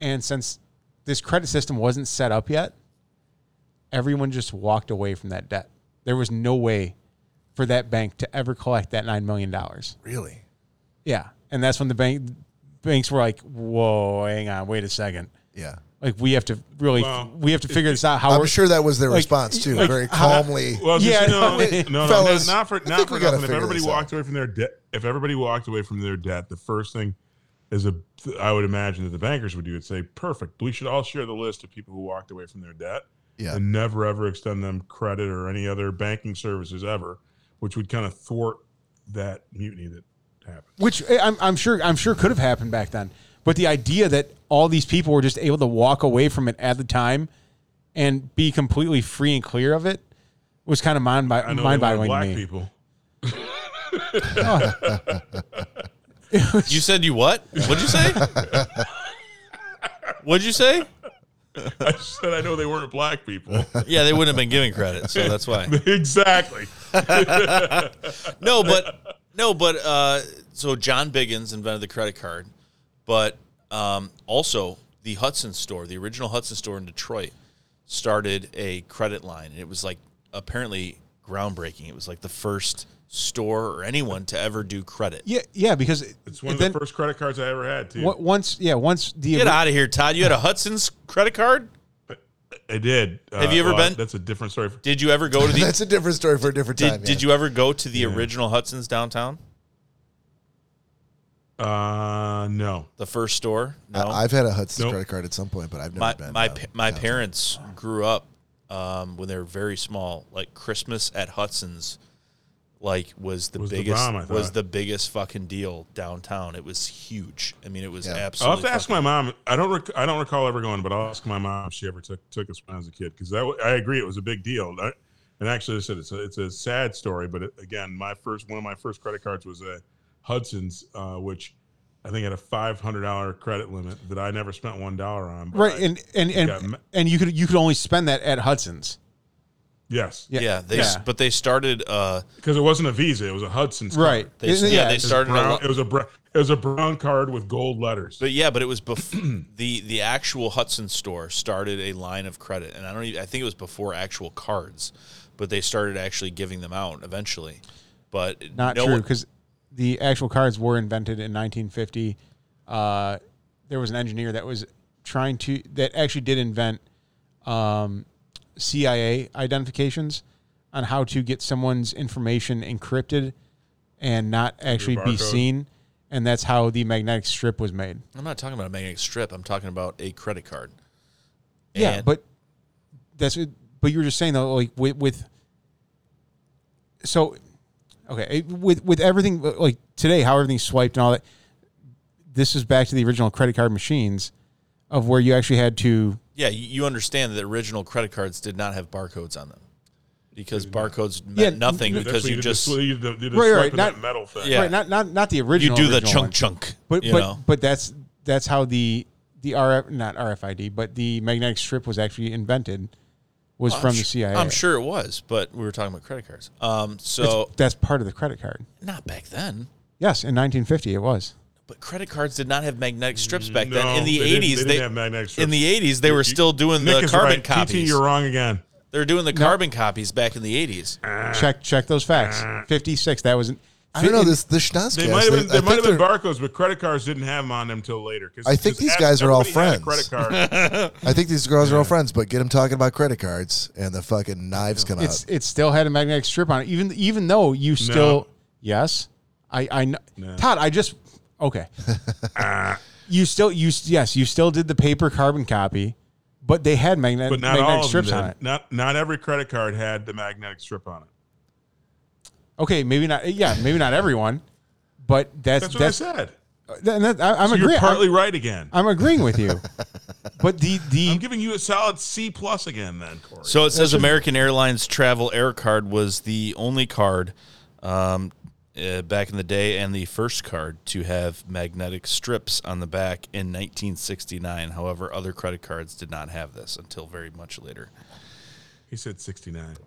Speaker 2: And since this credit system wasn't set up yet, everyone just walked away from that debt. There was no way for that bank to ever collect that $9 million.
Speaker 1: Really?
Speaker 2: Yeah. And that's when the bank banks were like, whoa, hang on, wait a second.
Speaker 1: Yeah.
Speaker 2: Like we have to really,
Speaker 3: Wow.
Speaker 2: we have to figure this out. How
Speaker 1: I'm
Speaker 2: we're,
Speaker 1: sure that was their
Speaker 2: like-
Speaker 1: response too.
Speaker 2: like,
Speaker 1: very calmly.
Speaker 3: uh, Well, just,
Speaker 2: Yeah,
Speaker 3: no,
Speaker 2: no,
Speaker 3: no,
Speaker 2: it-
Speaker 3: no,
Speaker 1: fellas,
Speaker 3: not for
Speaker 1: I
Speaker 3: not
Speaker 1: think
Speaker 3: for
Speaker 1: we gotta
Speaker 3: nothing. If
Speaker 1: figure
Speaker 3: everybody
Speaker 1: this
Speaker 3: walked away from their debt, if everybody walked away from their debt, the first thing is a I would imagine that the bankers would do would say, "Perfect. We should all share the list of people who walked away from their debt,
Speaker 1: Yeah.
Speaker 3: and never ever extend them credit or any other banking services ever, which would kind of thwart that mutiny that happened.
Speaker 2: which eh, I'm, I'm sure I'm sure could have happened back then. But the idea that all these people were just able to walk away from it at the time and be completely free and clear of it was kind of mind
Speaker 3: I know
Speaker 2: mind
Speaker 3: a lot of
Speaker 2: boggling to
Speaker 3: black
Speaker 2: me.
Speaker 3: people.
Speaker 4: You said you what? What'd you say? What'd you say?
Speaker 3: I said I know they weren't black people.
Speaker 4: Yeah, they wouldn't have been giving credit, so that's why.
Speaker 3: exactly.
Speaker 4: No, but no, but uh, so John Biggins invented the credit card, but um, also the Hudson store, the original Hudson store in Detroit, started a credit line, and it was like apparently groundbreaking. It was like the first store or anyone to ever do credit.
Speaker 2: Yeah, yeah, because it-
Speaker 3: It's one of
Speaker 2: then
Speaker 3: the first credit cards I ever had too.
Speaker 2: wa- once yeah once the
Speaker 4: Get out of here, Todd! You had a Hudson's credit card.
Speaker 3: I did.
Speaker 4: Have you ever been-
Speaker 3: Uh, That's a different story.
Speaker 4: Did you ever go to the?
Speaker 1: That's a different story for a different
Speaker 4: did,
Speaker 1: time. yeah.
Speaker 4: did you ever go to the original Hudson's downtown?
Speaker 3: Uh, no.
Speaker 4: The first store? No.
Speaker 1: I, I've had a Hudson
Speaker 3: Nope.
Speaker 1: credit card at some point, but I've never
Speaker 4: my
Speaker 1: been.
Speaker 4: my,
Speaker 1: uh,
Speaker 4: pa- my
Speaker 1: down.
Speaker 4: parents grew up um, when they were very small. Like Christmas at Hudson's, like was the
Speaker 3: Was the
Speaker 4: biggest
Speaker 3: bomb, I
Speaker 4: was
Speaker 3: thought.
Speaker 4: the biggest fucking deal downtown. It was huge. I mean, it was
Speaker 1: Yeah. I'll have
Speaker 4: absolutely.
Speaker 3: I'll have to ask
Speaker 4: fucking-
Speaker 3: my mom. I don't. Rec- I don't recall ever going, but I'll ask my mom if she ever took took us when I was a kid because I agree it was a big deal. I- and actually, I said it's a, it's a sad story, but it, again, my first one of my first credit cards was a Hudson's, uh, which I think had a five hundred dollar credit limit that I never spent one dollar on. but
Speaker 2: right
Speaker 3: I-
Speaker 2: and and and,
Speaker 3: Yeah, ma-
Speaker 2: and you could you could only spend that at Hudson's.
Speaker 3: yes,
Speaker 2: Yeah.
Speaker 4: yeah, they s
Speaker 2: Yeah.
Speaker 4: but they started uh
Speaker 3: because it wasn't a Visa, it was a Hudson's.
Speaker 2: Right.
Speaker 3: Card.
Speaker 4: they
Speaker 2: Isn't it-
Speaker 4: yeah, they
Speaker 2: it's-
Speaker 4: started a
Speaker 3: Brown,
Speaker 4: lo-
Speaker 3: it was a br- it was a brown card with gold letters.
Speaker 4: But yeah, but it was before the the actual Hudson store started a line of credit, and I don't even I think it was before actual cards, but they started actually giving them out eventually. But
Speaker 2: Not
Speaker 4: no
Speaker 2: true
Speaker 4: one-
Speaker 2: because the actual cards were invented in 1950. Uh, there was an engineer that was trying to that actually did invent um, CIA identifications on how to get someone's information encrypted and not actually be
Speaker 3: barcode.
Speaker 2: seen, and that's how the magnetic strip was made.
Speaker 4: I'm not talking about a magnetic strip. I'm talking about a credit card.
Speaker 2: Yeah,
Speaker 4: And-
Speaker 2: but that's it. But you were just saying though, like with, with so okay it- with with everything like today, how everything's swiped and all that. This is back to the original credit card machines, of where you actually had to.
Speaker 4: yeah, you, you understand that the original credit cards did not have barcodes on them because barcodes meant
Speaker 2: Yeah,
Speaker 4: nothing
Speaker 2: n-
Speaker 4: because
Speaker 3: what
Speaker 4: you
Speaker 3: did
Speaker 4: just
Speaker 3: the, you did the, you did the
Speaker 2: Right, right,
Speaker 3: swipe of
Speaker 2: not-
Speaker 3: that metal thing.
Speaker 4: Yeah.
Speaker 2: Right, not not not the
Speaker 4: you
Speaker 2: original.
Speaker 4: do the
Speaker 2: original
Speaker 4: chunk
Speaker 2: one.
Speaker 4: chunk.
Speaker 2: but
Speaker 4: you
Speaker 2: but
Speaker 4: know?
Speaker 2: but that's that's how the the RF not RFID, but the magnetic strip was actually invented, was from the CIA.
Speaker 4: I'm sure it was, but we were talking about credit cards. Um,
Speaker 2: It's-
Speaker 4: so
Speaker 2: that's part of the credit card.
Speaker 4: not back then.
Speaker 2: Yes, in 1950 it was.
Speaker 4: But credit cards did not have magnetic strips back then.
Speaker 3: No,
Speaker 4: In the
Speaker 3: they didn't-
Speaker 4: 80s,
Speaker 3: they
Speaker 4: they,
Speaker 3: didn't have magnetic strips.
Speaker 4: in the 80s they were still doing
Speaker 3: Nick
Speaker 4: the
Speaker 3: is
Speaker 4: carbon
Speaker 3: right.
Speaker 4: copies.
Speaker 3: TT, you're wrong again.
Speaker 4: They're doing the carbon copies back in the 80s.
Speaker 2: check check those facts.
Speaker 3: Uh,
Speaker 2: Fifty six. That was.
Speaker 1: I don't know this. The Schnauzcast.
Speaker 3: They might have been,
Speaker 1: I
Speaker 3: they might have
Speaker 1: think
Speaker 3: been
Speaker 1: they're-
Speaker 3: barcodes, but credit cards didn't have them on them till later. 'cause-
Speaker 1: I think
Speaker 3: 'cause
Speaker 1: these
Speaker 3: ev-
Speaker 1: guys are all
Speaker 3: everybody had a
Speaker 1: friends.
Speaker 3: Credit card.
Speaker 1: I think these girls are all friends, but get them talking about credit cards and the fucking knives come
Speaker 2: It's
Speaker 1: out.
Speaker 2: it still had a magnetic strip on it. Even even though you still yes, I I know Todd. I just okay.
Speaker 1: Uh.
Speaker 2: you still you s- yes you still did the paper carbon copy, but they had magne-
Speaker 3: but not all
Speaker 2: magnetic
Speaker 3: of
Speaker 2: strips
Speaker 3: them.
Speaker 2: on
Speaker 3: did.
Speaker 2: it.
Speaker 3: Not not every credit card had the magnetic strip on it.
Speaker 2: Okay, maybe not. Yeah, maybe not everyone, but that's
Speaker 3: That's what
Speaker 2: that's.
Speaker 3: I said.
Speaker 2: and that- I, am
Speaker 3: So
Speaker 2: agreeing.
Speaker 3: you're partly
Speaker 2: I'm,
Speaker 3: right again. I'm,
Speaker 2: I'm agreeing with you, but the the
Speaker 3: giving you a solid C plus again, then Corey.
Speaker 4: So it says American Airlines Travel Air Card was the only card um, uh, back in the day and the first card to have magnetic strips on the back in 1969. However, other credit cards did not have this until very much later.
Speaker 3: he said 69.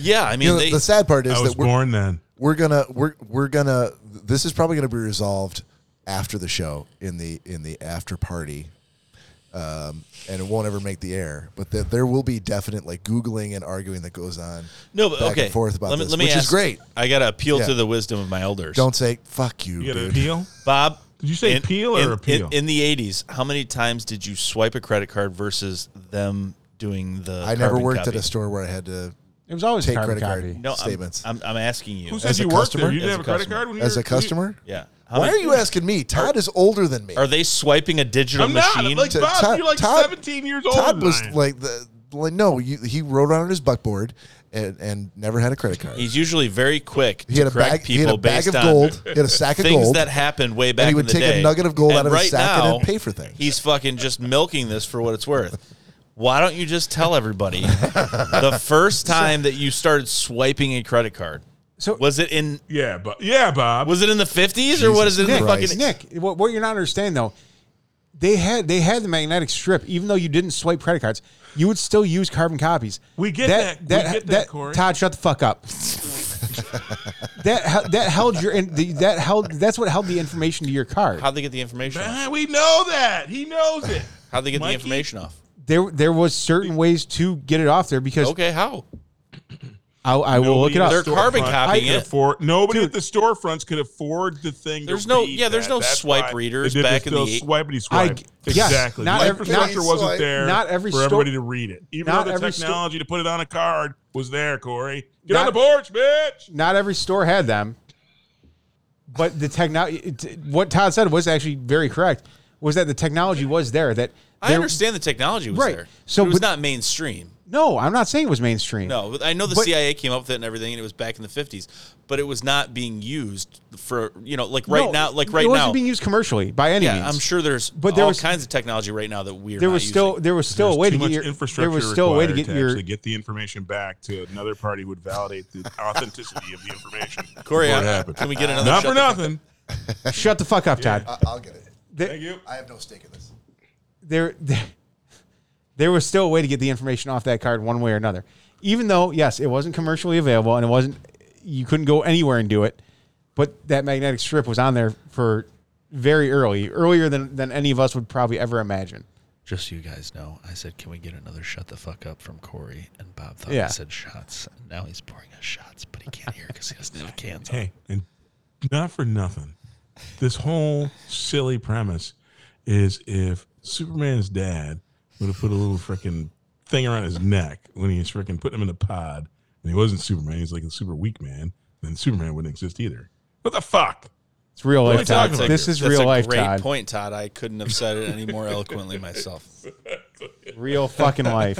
Speaker 4: Yeah, I mean,
Speaker 1: You know,
Speaker 4: they,
Speaker 1: the sad part is
Speaker 3: I was
Speaker 1: that we're,
Speaker 3: born then.
Speaker 1: we're gonna we're we're gonna this is probably gonna be resolved after the show in the in the after party. Um, and it won't ever make the air, but that there will be definite like googling and arguing that goes on.
Speaker 4: no, but
Speaker 1: back
Speaker 4: okay.
Speaker 1: and forth about
Speaker 4: let me,
Speaker 1: this,
Speaker 4: let me
Speaker 1: which
Speaker 4: ask,
Speaker 1: is great.
Speaker 4: I got to appeal to
Speaker 1: Yeah.
Speaker 4: the wisdom of my elders.
Speaker 1: Don't say "fuck you,"
Speaker 3: You got to
Speaker 1: dude.
Speaker 3: appeal.
Speaker 4: Bob.
Speaker 3: Did you say peel or
Speaker 4: in,
Speaker 3: appeal?
Speaker 4: In, in the 80s, how many times did you swipe a credit card versus them doing the?
Speaker 1: I never
Speaker 4: carbon
Speaker 1: worked
Speaker 4: copy?
Speaker 1: at a store where I had to
Speaker 2: it was always
Speaker 1: take
Speaker 2: carbon
Speaker 1: credit
Speaker 2: copy.
Speaker 1: card
Speaker 4: No, I'm-
Speaker 1: statements
Speaker 4: I'm, I'm asking you.
Speaker 3: Who said
Speaker 1: As a
Speaker 3: you worked
Speaker 1: customer?
Speaker 3: there? You didn't
Speaker 4: As
Speaker 3: have a
Speaker 4: a
Speaker 3: credit
Speaker 4: customer.
Speaker 3: card when you
Speaker 1: as
Speaker 3: were-
Speaker 1: a customer.
Speaker 4: Yeah. How
Speaker 1: Why
Speaker 4: many-
Speaker 1: are you asking me? Todd is older than me.
Speaker 4: Are they swiping a digital
Speaker 3: I'm not.
Speaker 4: machine?
Speaker 3: Like,
Speaker 1: To-
Speaker 3: Bob,
Speaker 1: Todd-
Speaker 3: you're like
Speaker 1: Todd-
Speaker 3: 17 years old.
Speaker 1: Todd was
Speaker 3: like,
Speaker 1: like the like no, you, he rode around on his buckboard and, and never had a credit card.
Speaker 4: He's usually very quick to
Speaker 1: he had a
Speaker 4: correct
Speaker 1: bag. He
Speaker 4: people
Speaker 1: had a bag
Speaker 4: based
Speaker 1: of
Speaker 4: on
Speaker 1: gold. He had a sack of
Speaker 4: things
Speaker 1: gold.
Speaker 4: that happened way back.
Speaker 1: he would
Speaker 4: in the
Speaker 1: take a
Speaker 4: day.
Speaker 1: nugget of gold out of his
Speaker 4: right
Speaker 1: sack and
Speaker 4: now,
Speaker 1: then pay for things.
Speaker 4: He's fucking just milking this for what it's worth. Why don't you just tell everybody the first time that you started swiping a credit card?
Speaker 2: So-
Speaker 4: was it in
Speaker 3: yeah, but yeah, Bob.
Speaker 4: was it in the fifties or what is it in
Speaker 2: Nick,
Speaker 4: the
Speaker 1: Christ.
Speaker 4: fucking?
Speaker 2: Nick, what, what you're not understanding though, they had they had the magnetic strip. Even though you didn't swipe credit cards, you would still use carbon copies.
Speaker 3: We get that. We get that, Corey.
Speaker 2: Todd, shut the fuck up. that hel- that held your in- the, that held that's what held the information to your card.
Speaker 4: How'd they get the information? off?
Speaker 3: Ah, we know that he knows it.
Speaker 4: How'd they get
Speaker 3: Mikey?
Speaker 4: the information off?
Speaker 2: There there was certain ways to get it off there because
Speaker 4: Okay, how?
Speaker 2: I, I will look it up.
Speaker 4: They're carbon
Speaker 3: Storefront
Speaker 4: copying
Speaker 3: could
Speaker 4: it.
Speaker 3: afford- nobody at the storefronts could afford the thing. to
Speaker 4: There's no-
Speaker 3: read
Speaker 4: yeah, there's
Speaker 3: that.
Speaker 4: no
Speaker 3: That's why
Speaker 4: swipe readers
Speaker 3: they did
Speaker 4: back
Speaker 3: this
Speaker 4: in the
Speaker 3: little
Speaker 4: eight-
Speaker 3: swipey swipe.
Speaker 2: I- yes,
Speaker 3: exactly.
Speaker 2: not
Speaker 3: the
Speaker 2: every- not-
Speaker 3: infrastructure wasn't
Speaker 1: swipe.
Speaker 3: there.
Speaker 2: Not every
Speaker 3: for
Speaker 2: store-
Speaker 3: everybody to read it. Even
Speaker 2: not
Speaker 3: though the
Speaker 2: every store-
Speaker 3: technology to put it on a card was there, Corey. Get on
Speaker 2: Not-
Speaker 3: the porch, bitch.
Speaker 2: not every store had them, but the technology. What Todd said was actually very correct. Was that the technology was there? That
Speaker 4: I
Speaker 2: there-
Speaker 4: understand the technology was
Speaker 2: Right.
Speaker 4: there.
Speaker 2: So,
Speaker 4: So it was
Speaker 2: but-
Speaker 4: not mainstream.
Speaker 2: No, I'm not saying it was mainstream.
Speaker 4: No, but I know the
Speaker 2: But-
Speaker 4: CIA came up with it and everything, and it was back in the fifties, but it was not being used for you know like
Speaker 2: No,
Speaker 4: right now, like right
Speaker 2: it wasn't
Speaker 4: now.
Speaker 2: being used commercially by any
Speaker 4: yeah,
Speaker 2: means.
Speaker 4: I'm sure there's
Speaker 2: But there
Speaker 4: all
Speaker 2: was-
Speaker 4: kinds of technology right now that we're
Speaker 2: there
Speaker 4: not
Speaker 2: was still
Speaker 4: using.
Speaker 2: there was still
Speaker 3: There's
Speaker 2: a way
Speaker 3: too
Speaker 2: to
Speaker 3: much
Speaker 2: get your there
Speaker 3: infrastructure
Speaker 2: was still a way to
Speaker 3: required
Speaker 2: get your
Speaker 3: actually get the information back to another party who would validate the authenticity of the information.
Speaker 4: Corey.
Speaker 3: before
Speaker 4: I-
Speaker 3: it happened.
Speaker 4: Can we get another?
Speaker 3: Not
Speaker 4: shot
Speaker 3: for
Speaker 4: to-
Speaker 3: nothing.
Speaker 2: Uh, shut the fuck up,
Speaker 4: Uh,
Speaker 2: Todd.
Speaker 1: I- I'll get it.
Speaker 2: There-
Speaker 3: Thank you.
Speaker 1: I have no stake in this.
Speaker 2: there, there there was still a way to get the information off that card one way or another. Even though, yes, it wasn't commercially available and it wasn't you couldn't go anywhere and do it, but that magnetic strip was on there for very early, earlier than, than any of us would probably ever imagine.
Speaker 6: Just so you guys know, I said, "Can we get another shut the fuck up from Corey?" And Bob thought
Speaker 2: Yeah.
Speaker 6: I said shots. Now he's pouring us shots, but he can't hear because he doesn't have cans. on.
Speaker 3: Hey, and not for nothing. This whole silly premise is if Superman's dad would have put a little freaking thing around his neck when he was freaking putting him in the pod, and he wasn't Superman, he's like a super weak man, then Superman wouldn't exist either. What the fuck?
Speaker 2: It's real
Speaker 3: are
Speaker 2: life,
Speaker 3: you talking
Speaker 2: Todd.
Speaker 3: about?
Speaker 2: This is
Speaker 4: That's
Speaker 2: real
Speaker 4: a
Speaker 2: life,
Speaker 4: great
Speaker 2: Todd.
Speaker 4: point, Todd. I couldn't have said it any more eloquently myself.
Speaker 2: Real fucking life.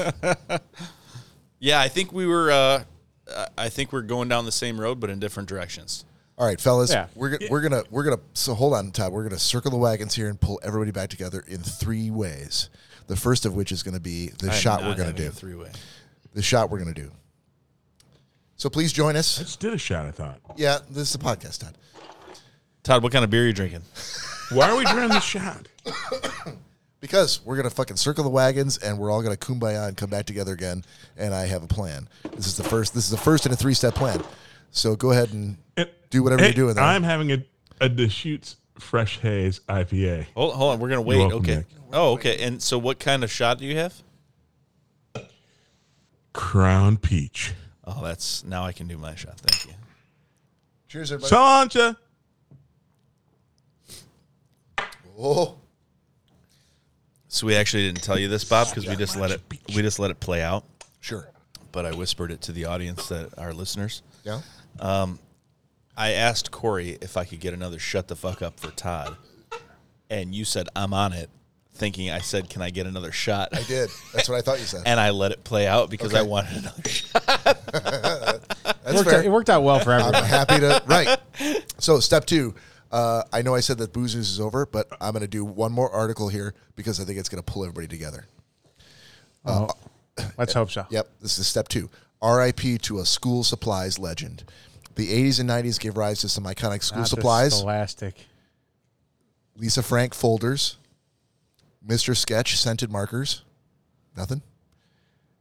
Speaker 4: Yeah, I think we were. Uh, I- I think we're going down the same road, but in different directions.
Speaker 1: All right, fellas,
Speaker 2: Yeah.
Speaker 1: we're go- we're gonna we're gonna so hold on, Todd. We're gonna circle the wagons here and pull everybody back together in three ways. The first of which is gonna be the shot we're gonna do.
Speaker 4: three way.
Speaker 1: The shot we're gonna do. So please join us.
Speaker 3: Just did a shot, I thought.
Speaker 1: Yeah, this is a podcast, Todd.
Speaker 4: Todd, what kind of beer are you drinking?
Speaker 3: Why are we doing the shot?
Speaker 1: Because we're gonna fucking circle the wagons and we're all gonna kumbaya and come back together again. And I have a plan. This is the first. This is the first in a three-step plan. So go ahead and do whatever
Speaker 3: Hey,
Speaker 1: you're doing. There.
Speaker 3: I'm having a, a Deschutes Fresh Haze IPA.
Speaker 4: Hold, hold on, we're gonna wait.
Speaker 3: welcome,
Speaker 4: okay.
Speaker 3: Nick.
Speaker 4: Oh, okay. And so, what kind of shot do you have?
Speaker 3: Crown Peach.
Speaker 4: Oh, that's now I can do my shot. Thank you.
Speaker 1: Cheers, everybody.
Speaker 3: Salancha.
Speaker 1: oh,
Speaker 4: So we actually didn't tell you this, Bob, because we just let it we just let it play out.
Speaker 1: sure.
Speaker 4: But I whispered it to the audience that our listeners. Um,
Speaker 1: Yeah.
Speaker 4: I asked Corey if I could get another shut the fuck up for Todd, and you said I'm on it, thinking I said can I get another shot,
Speaker 1: I did. That's what I thought you said.
Speaker 4: and I let it play out because I
Speaker 1: Okay.
Speaker 4: wanted another shot.
Speaker 1: That's
Speaker 2: Worked
Speaker 1: fair.
Speaker 2: out, it worked out well for everyone.
Speaker 1: I'm happy to. Right. So step two. Uh, I know I said that booze news is over, but I'm going to do one more article here because I think it's going to pull everybody together.
Speaker 2: Oh, let's hope so.
Speaker 1: Yep, this is step two. R.I.P. to a school supplies legend. The 80s and 90s gave rise to some iconic school
Speaker 2: Not the
Speaker 1: supplies.
Speaker 2: Scholastic.
Speaker 1: Lisa Frank folders, Mr. Sketch scented markers, nothing,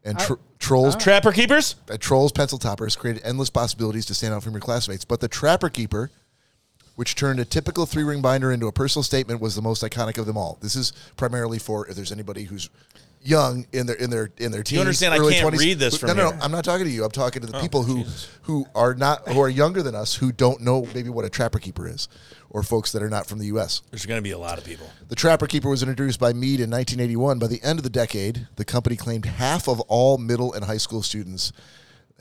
Speaker 1: and tr- trolls.
Speaker 4: Trapper keepers.
Speaker 1: uh, Trolls pencil toppers created endless possibilities to stand out from your classmates, but the Trapper Keeper, which turned a typical three ring binder into a personal statement, was the most iconic of them all. This is primarily for if there's anybody who's young in their in their in their teens.
Speaker 4: understand I
Speaker 1: early
Speaker 4: can't
Speaker 1: 20s.
Speaker 4: read this
Speaker 1: No,
Speaker 4: from
Speaker 1: no, no,
Speaker 4: here. Oh,
Speaker 1: I'm not talking to you. I'm talking to the people who who are not who are younger than us who don't know maybe what a Trapper Keeper is, or folks that are not from the U.S.
Speaker 4: There's going to be a lot of people.
Speaker 1: The Trapper Keeper was introduced by Mead in 1981. By the end of the decade, the company claimed half of all middle and high school students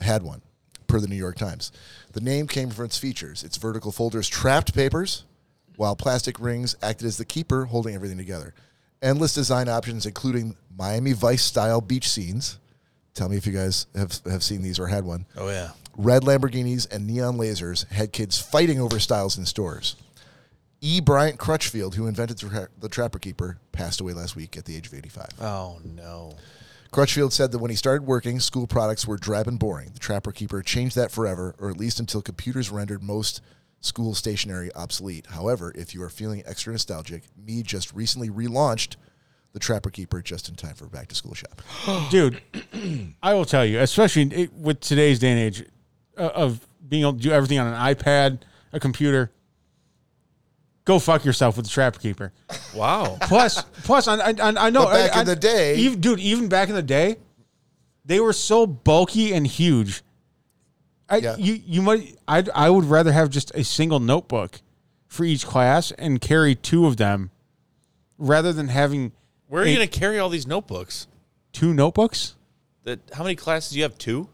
Speaker 1: had one, per the New York Times. The name came from its features its vertical folders trapped papers, while plastic rings acted as the keeper holding everything together. Endless design options, including Miami Vice style beach scenes. Tell me if you guys have, have seen these or had one.
Speaker 4: Oh yeah.
Speaker 1: Red Lamborghinis and neon lasers had kids fighting over styles in stores. E. Bryant Crutchfield, who invented the tra- the Trapper Keeper, passed away last week at the age of 85.
Speaker 4: Oh no.
Speaker 1: Crutchfield said that when he started working, school products were drab and boring. The Trapper Keeper changed that forever, or at least until computers rendered most school stationery obsolete. However, if you are feeling extra nostalgic, me just recently relaunched the Trapper Keeper just in time for back to school shop.
Speaker 2: dude. I will tell you, especially it, with today's day and age uh, of being able to do everything on an iPad, a computer. Go fuck yourself with the Trapper Keeper.
Speaker 4: Wow.
Speaker 2: Plus, plus, I, I, I know
Speaker 1: But back
Speaker 2: I-
Speaker 1: in
Speaker 2: I-
Speaker 1: the day-
Speaker 2: even, dude. Even back in the day, they were so bulky and huge. I,
Speaker 1: Yeah.
Speaker 2: you, you might. I, I would rather have just a single notebook for each class and carry two of them, rather than having
Speaker 4: Where are you
Speaker 2: Hey.
Speaker 4: going to carry all these notebooks?
Speaker 2: two notebooks.
Speaker 4: That how many classes do you have? Two.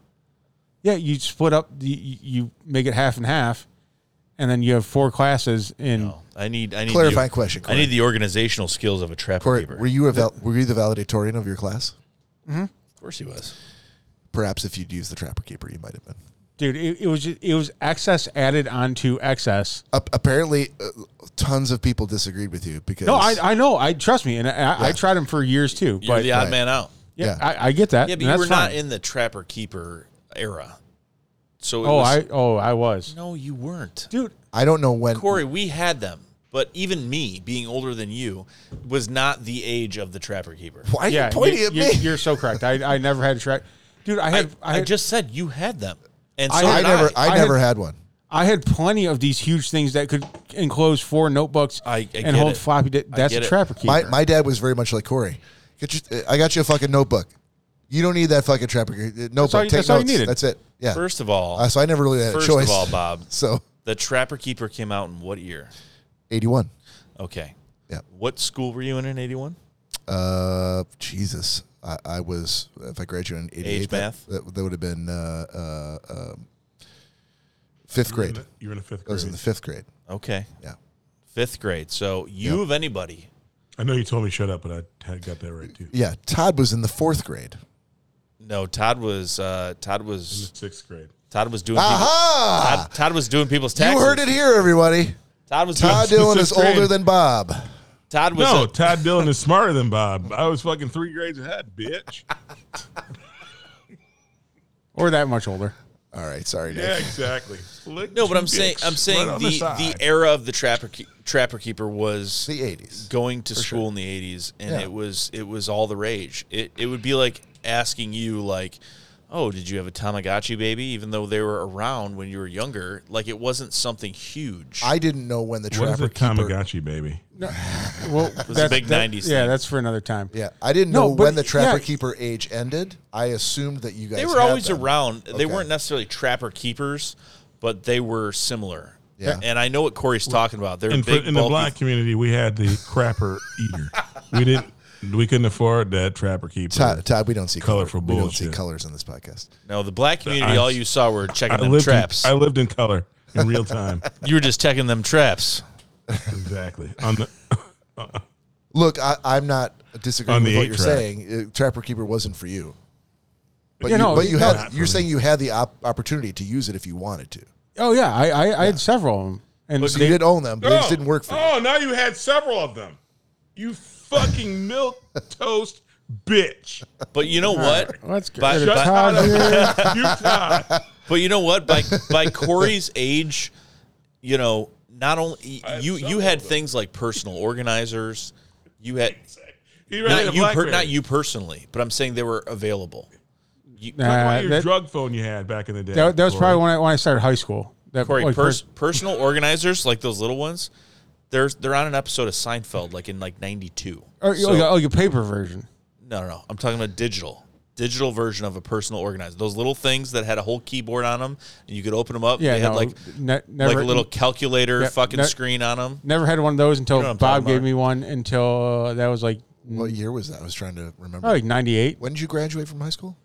Speaker 2: Yeah, you split up. You, you make it half and half, and then you have four classes in.
Speaker 4: No. I need. I need.
Speaker 1: Oh. Clarifying
Speaker 4: the,
Speaker 1: question,
Speaker 4: I need the organizational skills of a trapper
Speaker 1: Corey,
Speaker 4: keeper.
Speaker 1: were you a val- were you the valedictorian of your class?
Speaker 4: of course he was.
Speaker 1: Perhaps if you'd used the Trapper Keeper, you might have been.
Speaker 2: Dude, it, it was ju- it was excess added onto excess.
Speaker 1: Ap- apparently, uh, tons of people disagreed with you because
Speaker 2: No, I I know. I trust me, and I, I, I tried them for years too.
Speaker 4: You're
Speaker 2: but
Speaker 4: the odd
Speaker 1: right.
Speaker 4: man out.
Speaker 2: yeah,
Speaker 1: yeah.
Speaker 2: I, I get that.
Speaker 4: Yeah,
Speaker 2: and
Speaker 4: but you
Speaker 2: that's
Speaker 4: were not
Speaker 2: fine.
Speaker 4: in the trapper keeper era. So it
Speaker 2: Oh,
Speaker 4: was,
Speaker 2: I oh I was.
Speaker 4: no, you weren't.
Speaker 2: Dude,
Speaker 1: I don't know when.
Speaker 4: Corey, we had them, but even me, being older than you, was not the age of the trapper keeper.
Speaker 1: why are
Speaker 2: yeah,
Speaker 1: you pointing
Speaker 2: you,
Speaker 1: at me?
Speaker 2: are so correct. I, I never had a track. Dude, I
Speaker 4: I,
Speaker 2: had I,
Speaker 4: I
Speaker 2: had,
Speaker 4: just said you had them, and so
Speaker 1: I
Speaker 4: did
Speaker 1: never, I,
Speaker 4: I,
Speaker 2: I
Speaker 1: never had one.
Speaker 2: I had plenty of these huge things that could enclose four notebooks
Speaker 4: I- I get
Speaker 2: and hold
Speaker 4: it.
Speaker 2: floppy. Di-
Speaker 4: I
Speaker 2: that's a
Speaker 4: get it.
Speaker 2: trapper keeper.
Speaker 1: My my dad was very much like Corey. Get you, I got you a fucking notebook. You don't need that fucking trapper uh, notebook.
Speaker 2: all you-
Speaker 1: Take
Speaker 2: that's all you
Speaker 1: notes.
Speaker 2: needed.
Speaker 1: That's it. Yeah.
Speaker 4: First of all,
Speaker 1: Uh, so I never really had
Speaker 4: first
Speaker 1: a choice.
Speaker 4: of all, Bob,
Speaker 1: So
Speaker 4: the trapper keeper came out in what year?
Speaker 1: eighty one.
Speaker 4: Okay.
Speaker 1: Yeah.
Speaker 4: What school were you in in '81?
Speaker 1: Uh, Jesus. I, I was if I graduated in eighty eight.
Speaker 4: Age math?
Speaker 1: That, that would have been uh, uh, um, fifth
Speaker 3: You were in
Speaker 1: grade.
Speaker 3: the- You were in the fifth
Speaker 1: I
Speaker 3: grade.
Speaker 1: was in the fifth grade.
Speaker 4: Okay,
Speaker 1: Yeah.
Speaker 4: fifth grade. So you, of anybody,
Speaker 3: I know you told me shut up, but I had got that right too. In
Speaker 1: Yeah. Todd was in the fourth grade.
Speaker 4: no. Todd was uh, Todd was
Speaker 3: the sixth grade.
Speaker 4: Todd was doing. people-
Speaker 1: Aha!
Speaker 4: Todd, Todd was doing people's
Speaker 1: You
Speaker 4: taxes.
Speaker 1: heard it here, everybody.
Speaker 4: Todd was
Speaker 1: Todd
Speaker 4: doing,
Speaker 1: Dillon is older than Bob.
Speaker 4: Todd was
Speaker 3: No,
Speaker 4: a-
Speaker 3: Todd Dillon is smarter than Bob. I was fucking three grades ahead, bitch.
Speaker 2: or that much older.
Speaker 1: All right. Sorry, Nick.
Speaker 3: Yeah, exactly. Lick
Speaker 4: No, but
Speaker 3: two
Speaker 4: I'm saying
Speaker 3: dicks
Speaker 4: I'm saying
Speaker 3: right on
Speaker 4: the, the,
Speaker 3: side.
Speaker 4: era of the trapper keep, trapper keeper was
Speaker 1: The eighties.
Speaker 4: going to school in the 80s and
Speaker 1: Yeah.
Speaker 4: it was it was all the rage. It it would be like asking you like, "Oh, did you have a Tamagotchi baby?" even though they were around when you were younger, like it wasn't something huge.
Speaker 1: I didn't know when the
Speaker 3: What is
Speaker 1: Trapper
Speaker 3: a
Speaker 1: Keeper.
Speaker 3: Tamagotchi baby?
Speaker 2: Well, that's
Speaker 4: big
Speaker 2: that-
Speaker 4: 90s
Speaker 2: Yeah,
Speaker 4: thing.
Speaker 2: that's for another time.
Speaker 1: Yeah, I didn't
Speaker 2: No,
Speaker 1: know
Speaker 2: but
Speaker 1: when the Trapper
Speaker 2: yeah.
Speaker 1: Keeper age ended. I assumed that you guys
Speaker 4: they were
Speaker 1: had
Speaker 4: always
Speaker 1: them.
Speaker 4: around. They
Speaker 1: Okay.
Speaker 4: weren't necessarily trapper keepers, but they were similar.
Speaker 1: Yeah.
Speaker 4: And I know what Corey's talking about. They're
Speaker 3: In,
Speaker 4: big
Speaker 3: in the
Speaker 4: bulky
Speaker 3: black community, we had the crapper eater. We didn't. We couldn't afford that trapper keeper.
Speaker 1: Todd, Todd, we don't see
Speaker 3: Colorful
Speaker 1: color. We don't see
Speaker 3: bullshit.
Speaker 1: colors on this podcast.
Speaker 4: No, the black community
Speaker 3: I-
Speaker 4: all you saw were
Speaker 3: I
Speaker 4: checking them
Speaker 3: lived. In,
Speaker 4: traps.
Speaker 3: I lived in color in real time.
Speaker 4: you were just checking them traps.
Speaker 3: exactly. On the
Speaker 1: Look, I, I'm not disagreeing
Speaker 3: On
Speaker 1: with
Speaker 3: the
Speaker 1: what
Speaker 3: eight
Speaker 1: you're
Speaker 3: track.
Speaker 1: saying. Uh, Trapper Keeper wasn't for you, but
Speaker 2: Yeah,
Speaker 1: you,
Speaker 2: no,
Speaker 1: but you
Speaker 2: no.
Speaker 1: had.
Speaker 3: Oh, Not for
Speaker 1: You're
Speaker 3: me.
Speaker 1: saying you had the op- opportunity to use it if you wanted to.
Speaker 2: Oh yeah, I I, I had several of them, and
Speaker 1: So
Speaker 2: they-
Speaker 1: you did own them, but they just didn't work for you.
Speaker 3: Oh, now you had several of them. You fucking milk toast bitch.
Speaker 4: But you know what?
Speaker 2: Let's get
Speaker 4: By-
Speaker 2: rid of
Speaker 4: by-
Speaker 2: Todd here.
Speaker 3: you Todd.
Speaker 4: But you know what? By by Corey's age, you know, not only
Speaker 3: had
Speaker 4: you
Speaker 3: several
Speaker 4: you had
Speaker 3: of them.
Speaker 4: things like personal organizers. You had
Speaker 3: He ran out
Speaker 4: not
Speaker 3: of
Speaker 4: you per,
Speaker 3: Blackberry.
Speaker 4: not you personally, but I'm saying they were available. You,
Speaker 3: Talk about
Speaker 2: Nah,
Speaker 3: your
Speaker 2: that,
Speaker 3: drug phone you had back in the day.
Speaker 2: that, that was
Speaker 3: Corey.
Speaker 2: probably when I when I started high school. That oh,
Speaker 4: Corey,
Speaker 2: like,
Speaker 4: pers- personal organizers like those little ones, they're they're on an episode of Seinfeld, like in like '92.
Speaker 2: or, oh, yeah, oh, your paper version.
Speaker 4: No, no, no. I'm talking about digital. Digital version of a personal organizer. Those little things that had a whole keyboard on them, and you could open them up.
Speaker 2: Yeah,
Speaker 4: they had
Speaker 2: no,
Speaker 4: like
Speaker 2: ne- never-
Speaker 4: like a little calculator
Speaker 2: Yeah,
Speaker 4: fucking
Speaker 2: ne-
Speaker 4: screen on them.
Speaker 2: Never had one of those until
Speaker 4: know what I'm
Speaker 2: Bob
Speaker 4: talking
Speaker 2: gave
Speaker 4: about.
Speaker 2: me one. Until uh, that was like
Speaker 1: What year was that? I was trying to remember.
Speaker 2: probably ninety eight,
Speaker 1: When did you graduate from high school?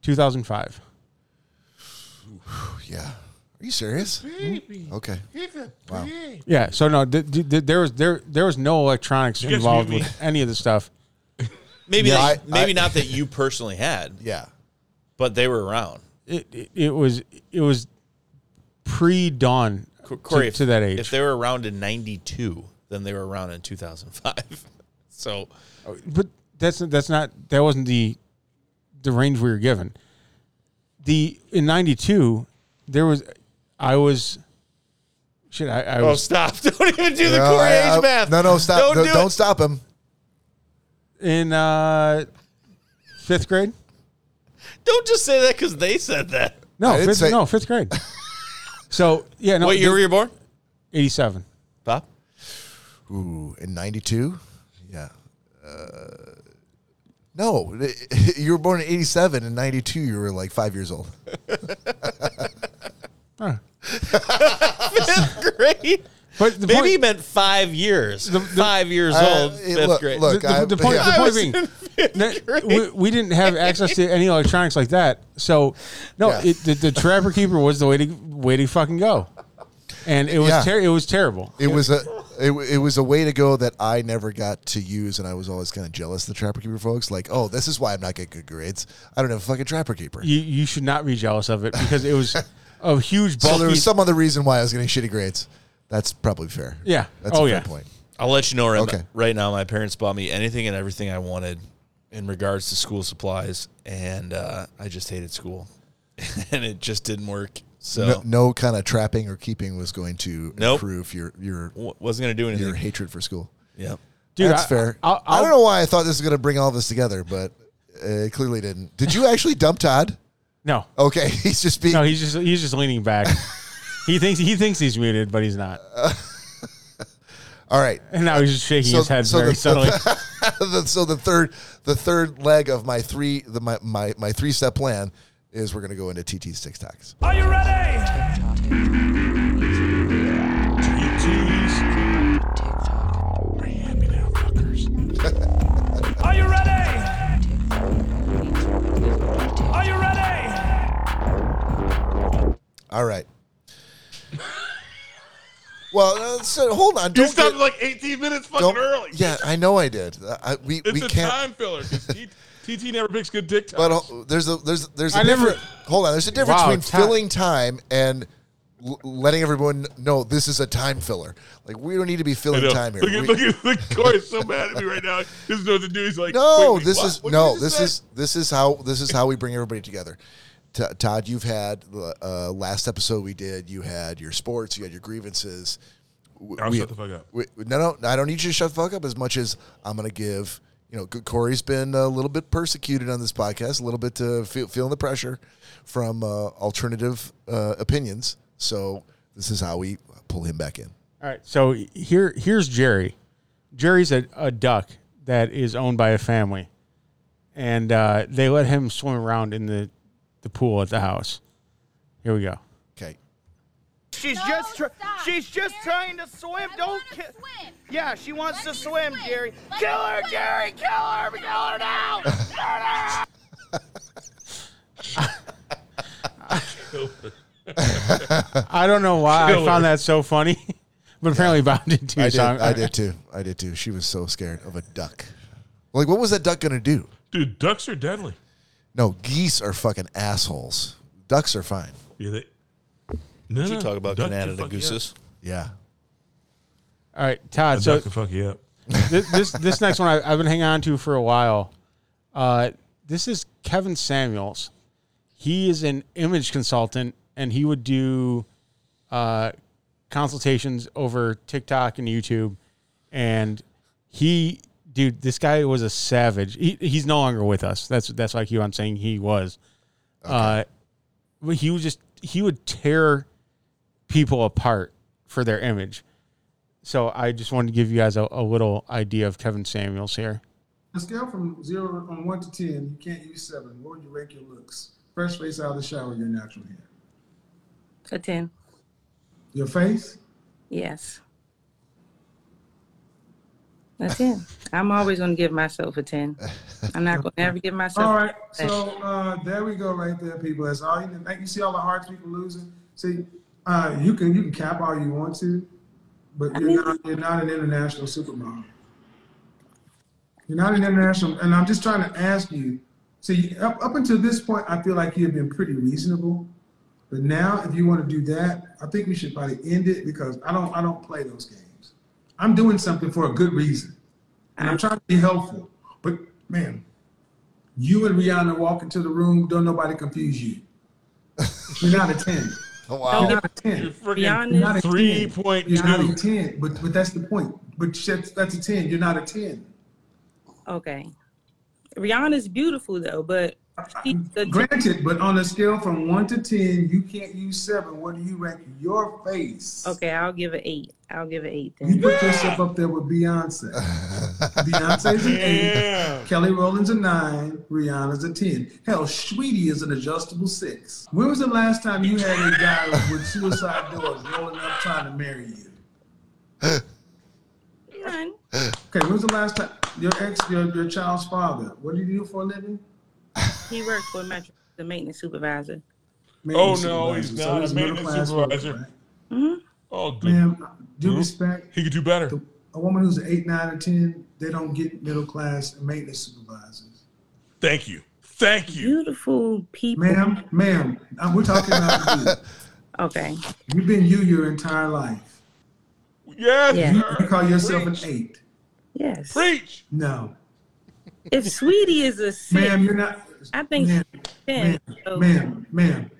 Speaker 2: two thousand five.
Speaker 1: Yeah, Are you serious? Hmm? Okay. Wow.
Speaker 2: Yeah. So no, th- th- th- there was there there was no electronics
Speaker 3: guys
Speaker 2: involved
Speaker 3: mute
Speaker 2: with any of the stuff.
Speaker 4: Maybe
Speaker 1: Yeah,
Speaker 4: that-
Speaker 1: I-
Speaker 4: maybe
Speaker 1: I-
Speaker 4: not that you personally had,
Speaker 1: Yeah.
Speaker 4: but they were around.
Speaker 2: It it, it was it was pre dawn
Speaker 4: Co- Corey,
Speaker 2: to,
Speaker 4: if-
Speaker 2: to that age.
Speaker 4: if they were around in '92, then they were around in 2005. So
Speaker 2: but that's that's not that wasn't the the range we were given. The in '92 there was I was shit I, I
Speaker 4: oh,
Speaker 2: was
Speaker 4: stop! Don't even do the
Speaker 1: No,
Speaker 4: Corey
Speaker 1: I- I-
Speaker 4: age math.
Speaker 1: No, no, stop.
Speaker 4: Don't
Speaker 1: Don't,
Speaker 4: do
Speaker 1: do
Speaker 4: it.
Speaker 1: not stop him.
Speaker 2: in uh, fifth grade.
Speaker 4: Don't just say that because they said that.
Speaker 2: No,
Speaker 1: I didn't
Speaker 2: fifth,
Speaker 1: say-
Speaker 2: no fifth grade. so yeah, no,
Speaker 4: what year
Speaker 2: the-
Speaker 4: were you born,
Speaker 2: Eighty-seven.
Speaker 4: Bob?
Speaker 1: Ooh, in 92? Yeah. Uh, no, you were born in 87. In 92, you were like five years old.
Speaker 4: Fifth grade.
Speaker 2: But the
Speaker 4: Maybe
Speaker 2: point-
Speaker 4: he meant five years. five years
Speaker 1: Uh,
Speaker 4: old,
Speaker 1: it-
Speaker 4: fifth
Speaker 1: look-
Speaker 4: grade.
Speaker 1: look,
Speaker 2: the, the-
Speaker 1: I-
Speaker 2: the point,
Speaker 1: yeah.
Speaker 2: the
Speaker 1: I
Speaker 2: point
Speaker 4: was
Speaker 2: being,
Speaker 4: in
Speaker 2: that we, we didn't have access to any electronics like that. So no,
Speaker 1: Yeah.
Speaker 2: it, the, the Trapper Keeper was the way to way to fucking go, and it was
Speaker 1: Yeah.
Speaker 2: ter- it was terrible.
Speaker 1: It was a it, w- it was a way to go that I never got to use, and I was always kind of jealous of the Trapper Keeper folks. Like, oh, this is why I'm not getting good grades. I don't have a fucking Trapper Keeper.
Speaker 2: You you should not be jealous of it because it was a huge
Speaker 1: So there
Speaker 2: bulky.
Speaker 1: was some other reason why I was getting shitty grades. That's probably fair.
Speaker 2: Yeah.
Speaker 1: That's
Speaker 2: Oh,
Speaker 1: a fair
Speaker 2: yeah.
Speaker 1: point.
Speaker 4: I'll let you know right,
Speaker 1: Okay.
Speaker 4: right now. My parents bought me anything and everything I wanted in regards to school supplies, and uh, I just hated school, and it just didn't work. So
Speaker 3: Oh.
Speaker 1: No, no kind of trapping or keeping was going to
Speaker 4: Nope.
Speaker 1: improve your your
Speaker 4: w- wasn't gonna do
Speaker 1: your
Speaker 4: anything.
Speaker 1: hatred for school.
Speaker 4: Yeah.
Speaker 2: Dude,
Speaker 1: That's
Speaker 2: I-
Speaker 1: fair. I,
Speaker 2: I'll- I'll-
Speaker 1: don't know why I thought this was going to bring all this together, but uh, it clearly didn't. Did you actually dump Todd?
Speaker 2: No,
Speaker 1: Okay, he's just being
Speaker 2: no, he's just he's just leaning back. he thinks he thinks he's muted, but he's not.
Speaker 1: all right.
Speaker 2: And now he's just shaking
Speaker 1: So-
Speaker 2: his head
Speaker 1: so
Speaker 2: very
Speaker 1: the-
Speaker 2: subtly.
Speaker 1: The- so the third the third leg of my three the my my, my three step plan is we're going to go into TT's TikToks.
Speaker 7: Are you ready?
Speaker 8: TikTok,
Speaker 3: ETs.
Speaker 8: TikTok,
Speaker 7: Are you ready?
Speaker 8: TikTok.
Speaker 7: Are you ready?
Speaker 1: All right. Well, uh, so hold on.
Speaker 3: You
Speaker 1: Don't
Speaker 3: stopped
Speaker 1: get-
Speaker 3: like 18 minutes fucking
Speaker 1: don't-
Speaker 3: early.
Speaker 1: Yeah, I know I did. I, we
Speaker 3: It's
Speaker 1: we
Speaker 3: a
Speaker 1: can't.
Speaker 3: time filler. 'cause T- TT never picks good dick
Speaker 1: But
Speaker 3: time.
Speaker 1: uh, there's a there's there's a
Speaker 2: I never-
Speaker 1: different. Hold on. There's a difference
Speaker 2: Wow,
Speaker 1: between
Speaker 2: time.
Speaker 1: filling time and l- letting everyone know this is a time filler. Like we don't need to be filling time here.
Speaker 3: Look
Speaker 1: We-
Speaker 3: at, look at look, Corey's so mad at me right now. He doesn't know what to do. He's like,
Speaker 1: No,
Speaker 3: wait, wait,
Speaker 1: this
Speaker 3: what?
Speaker 1: is
Speaker 3: What did
Speaker 1: no,
Speaker 3: you
Speaker 1: this
Speaker 3: just say?
Speaker 1: is this is how this is how we bring everybody together. T- Todd, you've had uh, last episode we did. You had your sports, you had your grievances. W-
Speaker 3: I'll
Speaker 1: we-
Speaker 3: shut the fuck up.
Speaker 1: we- no, no, I don't need you to shut the fuck up as much as I'm going to give. You know, good- Corey's been a little bit persecuted on this podcast, a little bit uh, feel, feeling the pressure from uh, alternative uh, opinions. So this is how we pull him back in.
Speaker 2: All right. So here, here's Jerry. Jerry's a, a duck that is owned by a family, and uh, they let him swim around in the, the pool at the house. Here we go.
Speaker 1: Okay.
Speaker 9: She's
Speaker 10: No,
Speaker 9: just try-
Speaker 10: stop.
Speaker 9: she's just
Speaker 10: Jerry,
Speaker 9: trying to swim.
Speaker 10: I
Speaker 9: Don't
Speaker 10: wanna
Speaker 9: kill.
Speaker 10: swim.
Speaker 9: Yeah, she wants to
Speaker 10: Let me
Speaker 9: swim,
Speaker 10: swim.
Speaker 9: Jerry.
Speaker 10: Let
Speaker 9: kill
Speaker 10: me
Speaker 9: her,
Speaker 10: swim.
Speaker 9: Jerry. Kill her. Kill her now.
Speaker 2: I don't know why I found that so funny, but apparently Bob did too.
Speaker 1: I did,
Speaker 2: so I'm-
Speaker 1: I did too. I did too. She was so scared of a duck. Like, what was that duck going to do?
Speaker 3: Dude, ducks are deadly.
Speaker 1: No, geese are fucking assholes. Ducks are fine.
Speaker 3: Yeah, they, no,
Speaker 4: Did you
Speaker 3: no,
Speaker 4: talk about
Speaker 3: duck can
Speaker 4: Canada
Speaker 3: fuck you up.
Speaker 4: gooses?
Speaker 1: Yeah.
Speaker 2: All right, Todd.
Speaker 3: A
Speaker 2: so
Speaker 3: duck can fuck you up.
Speaker 2: this, this this next one I, I've been hanging on to for a while. Uh, this is Kevin Samuels. He is an image consultant, and he would do uh, consultations over TikTok and YouTube. And he, dude, this guy was a savage. He, he's no longer with us. That's that's why I keep on saying he was. Uh, but he was just he would tear people apart for their image. So I just wanted to give you guys a, a little idea of Kevin Samuels here.
Speaker 11: On a scale from zero on one to ten, you can't use seven. Where would you rank your looks? Fresh face out of the shower, your natural hair.
Speaker 10: A 10,
Speaker 11: Your face?
Speaker 10: yes. A 10. I'm always going to give myself a 10. I'm not going to ever give myself
Speaker 11: All right.
Speaker 10: a 10.
Speaker 11: So uh, there we go, right there, people. That's all you need. Like, You see all the hearts people losing. See, Uh, you can you can cap all you want to, but you're not you're not an international supermodel. You're not an international, and I'm just trying to ask you. See, up, up until this point, I feel like you've been pretty reasonable, but now if you want to do that, I think we should probably end it because I don't I don't play those games. I'm doing something for a good reason, and I'm trying to be helpful. But man, you and Rihanna walk into the room, don't nobody confuse you. You're not a ten.
Speaker 1: Wow.
Speaker 11: You're not a ten.
Speaker 10: Beyond
Speaker 11: You're not
Speaker 10: this,
Speaker 11: a
Speaker 3: Three
Speaker 11: 10.
Speaker 3: point
Speaker 11: You're not a
Speaker 3: two.
Speaker 11: 10, but, but that's the point. But that's, that's a 10. You're not a 10.
Speaker 10: okay. Rihanna's beautiful though, but she's a
Speaker 11: Granted, but on a scale from 1 to 10, you can't use 7. What do you rank your face?
Speaker 10: okay. I'll give it eight. I'll give it eight
Speaker 11: You
Speaker 10: then.
Speaker 11: put yourself up there with Beyonce. Beyonce's an 8.
Speaker 3: Yeah.
Speaker 11: Kelly Rowland's a 9. Rihanna's a 10. Hell, Sweetie is an adjustable 6. When was the last time you had a guy with suicide doors rolling up trying to marry you?
Speaker 10: None.
Speaker 11: Okay, when was the last time your ex, your, your child's father, what do you do for a living?
Speaker 10: He worked for Metro, the maintenance supervisor.
Speaker 11: Maintenance
Speaker 3: Oh, no, he's
Speaker 11: supervisor. So
Speaker 3: not a
Speaker 11: he's middle
Speaker 3: maintenance
Speaker 11: class worker,
Speaker 3: supervisor.
Speaker 11: right?
Speaker 3: Oh, good.
Speaker 11: Ma'am, due
Speaker 3: Mhm.
Speaker 11: respect,
Speaker 3: He could do better.
Speaker 11: a woman who's an eight, nine, or ten, they don't get middle class maintenance supervisors.
Speaker 3: Thank you. Thank you.
Speaker 10: Beautiful people.
Speaker 11: Ma'am, ma'am, uh, we're talking about you.
Speaker 10: Okay.
Speaker 11: You've been you your entire life.
Speaker 3: Yes.
Speaker 10: Yeah.
Speaker 11: You,
Speaker 3: sir.
Speaker 11: you call yourself an
Speaker 3: Preach.
Speaker 11: eight.
Speaker 10: Yes.
Speaker 3: Preach.
Speaker 11: No,
Speaker 10: If Sweetie is a six,
Speaker 11: ma'am, you're not.
Speaker 10: I think
Speaker 11: ma'am,
Speaker 10: she's a ten. so-
Speaker 11: ma'am, ma'am,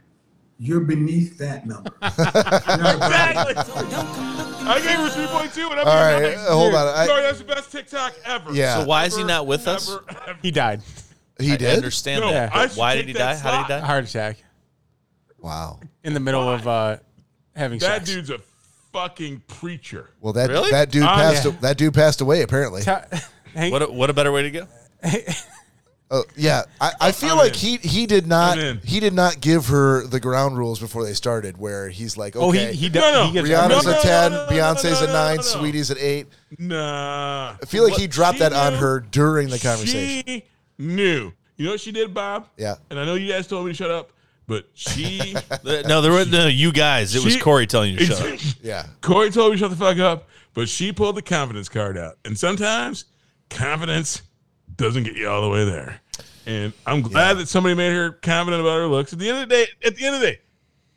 Speaker 11: you're beneath that number. You're not above it.
Speaker 3: Exactly. I gave her three point two, and I'm
Speaker 1: All
Speaker 3: gonna-
Speaker 1: right, uh, hold on. I-
Speaker 3: Sorry, that's the best TikTok ever.
Speaker 1: Yeah.
Speaker 4: So why is he not with us?
Speaker 3: Ever, ever.
Speaker 2: He died.
Speaker 1: He
Speaker 4: I
Speaker 1: did.
Speaker 4: understand
Speaker 3: No,
Speaker 4: that.
Speaker 3: I
Speaker 4: but
Speaker 3: should
Speaker 4: why
Speaker 3: take
Speaker 4: did he
Speaker 3: that
Speaker 4: die? How did he
Speaker 3: slot.
Speaker 2: A
Speaker 4: die?
Speaker 2: heart attack
Speaker 1: Wow.
Speaker 2: in the middle of uh, having
Speaker 3: That
Speaker 2: sex.
Speaker 3: dude's a fucking preacher.
Speaker 1: Well, that
Speaker 4: Really?
Speaker 1: that dude
Speaker 3: Ah,
Speaker 1: passed.
Speaker 2: yeah.
Speaker 1: That dude passed away. Apparently.
Speaker 2: Ta- Hank,
Speaker 4: What a, what a better way to go?
Speaker 1: Oh yeah, I, I feel
Speaker 3: I'm
Speaker 1: like
Speaker 3: in.
Speaker 1: he he did not
Speaker 3: I'm in.
Speaker 1: he did not give her the ground rules before they started. Where he's like, okay,
Speaker 2: oh, he he, does,
Speaker 3: No, no.
Speaker 2: he gets
Speaker 1: Rihanna's
Speaker 3: No,
Speaker 1: a
Speaker 3: no,
Speaker 1: ten,
Speaker 3: no, no,
Speaker 1: Beyonce's
Speaker 3: no,
Speaker 1: a
Speaker 3: no,
Speaker 1: nine,
Speaker 3: no, no.
Speaker 1: Sweetie's an eight.
Speaker 3: Nah.
Speaker 1: I feel like he
Speaker 3: What
Speaker 1: dropped
Speaker 3: she
Speaker 1: that on
Speaker 3: knew-
Speaker 1: her during the conversation.
Speaker 3: She knew. You know what she did, Bob?
Speaker 1: Yeah.
Speaker 3: And I know you guys told me to shut up, but she.
Speaker 4: Th- No, there were no you guys. It was
Speaker 3: She-
Speaker 4: Corey telling you to shut up.
Speaker 1: Yeah,
Speaker 3: Corey told me to shut the fuck up, but she pulled the confidence card out. And sometimes confidence doesn't get you all the way there. And I'm glad that somebody made her confident about her looks. At the end of the day, at the end of the day,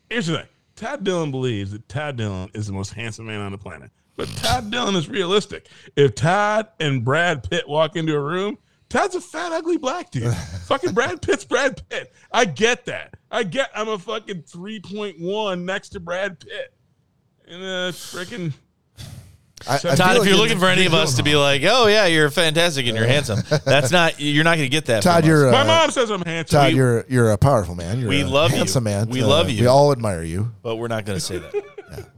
Speaker 3: here's the thing. Todd Dylan believes that Todd Dylan is the most handsome man on the planet. But Todd Dylan is realistic. If Todd and Brad Pitt walk into a room, Todd's a fat, ugly black dude. fucking Brad Pitt's Brad Pitt. I get that. I get I'm a fucking 3.1 next to Brad Pitt. And uh freaking
Speaker 1: I, I feel
Speaker 4: Todd, if
Speaker 1: like
Speaker 4: you're
Speaker 1: in-
Speaker 4: looking for any of us to be like, oh yeah, you're fantastic and you're handsome, that's not you're not going to get that. from
Speaker 1: Todd,
Speaker 4: us.
Speaker 1: you're
Speaker 3: my
Speaker 1: a,
Speaker 3: mom says I'm handsome.
Speaker 1: Uh, Todd, you're you're a powerful man. You're
Speaker 4: We
Speaker 1: a
Speaker 4: love you.
Speaker 1: handsome man. Uh,
Speaker 4: We love you.
Speaker 1: We all admire you.
Speaker 4: but we're not going to say that.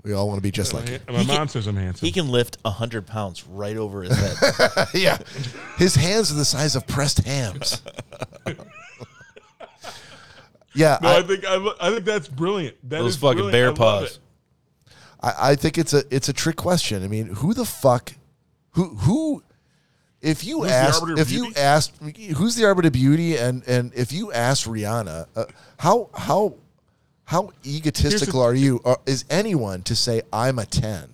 Speaker 1: We all want to be just like you.
Speaker 3: And my mom says I'm handsome.
Speaker 4: He can lift hundred pounds right over his head.
Speaker 1: yeah, his hands are the size of pressed hams. yeah,
Speaker 3: no,
Speaker 1: I-
Speaker 3: I, think I, lo- I think that's brilliant. That
Speaker 4: Those
Speaker 3: is
Speaker 4: fucking
Speaker 3: brilliant.
Speaker 4: bear
Speaker 3: I love it.
Speaker 4: paws.
Speaker 1: I, I think it's a it's a trick question. I mean, who the fuck, who who, if you
Speaker 3: Who's the
Speaker 1: asked
Speaker 3: arbiter of
Speaker 1: if you
Speaker 3: beauty?
Speaker 1: asked who's the arbiter of beauty and and if you asked Rihanna, uh, how how how egotistical are you? Or is anyone to say I'm a ten?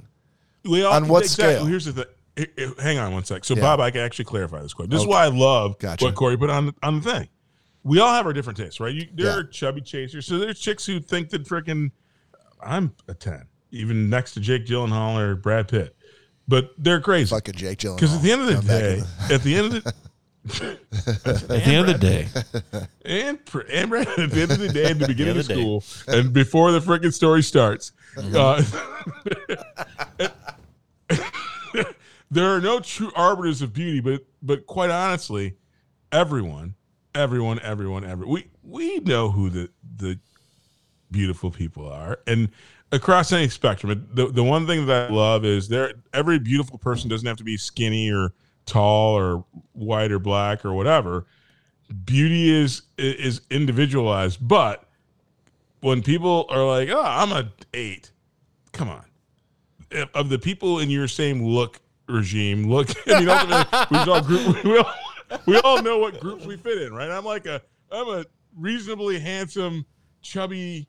Speaker 3: We all-
Speaker 1: On what
Speaker 3: exactly.
Speaker 1: scale?
Speaker 3: Here's the thing. H- h- Hang on one sec. So, Bob, I can actually clarify this question. This
Speaker 1: Okay.
Speaker 3: is why I love
Speaker 1: Gotcha.
Speaker 3: what Corey put on the, on the thing. We all have our different tastes, right? You, there
Speaker 1: Yeah.
Speaker 3: are chubby chasers. So there's chicks who think that freaking I'm a ten, even next to Jake Gyllenhaal or Brad Pitt, but they're crazy.
Speaker 1: Fucking Jake Gyllenhaal.
Speaker 3: Because at the end of the
Speaker 1: Come back in
Speaker 3: day, at the end of the
Speaker 4: At the end of the day,
Speaker 3: and pr- and Brad at the end of the day, at the beginning of
Speaker 4: At the end
Speaker 3: school, and before the freaking story starts, Mm-hmm. uh, there are no true arbiters of beauty. But but quite honestly, everyone, everyone, everyone, every we we know who the the beautiful people are, and across any spectrum. The the one thing that I love is there every beautiful person doesn't have to be skinny or tall or white or black or whatever beauty is is individualized but when people are like oh i'm a eight come on If- of the people in your same look regime look i mean ultimately we all group we all, we all know what groups we fit in right i'm like a i'm a reasonably handsome chubby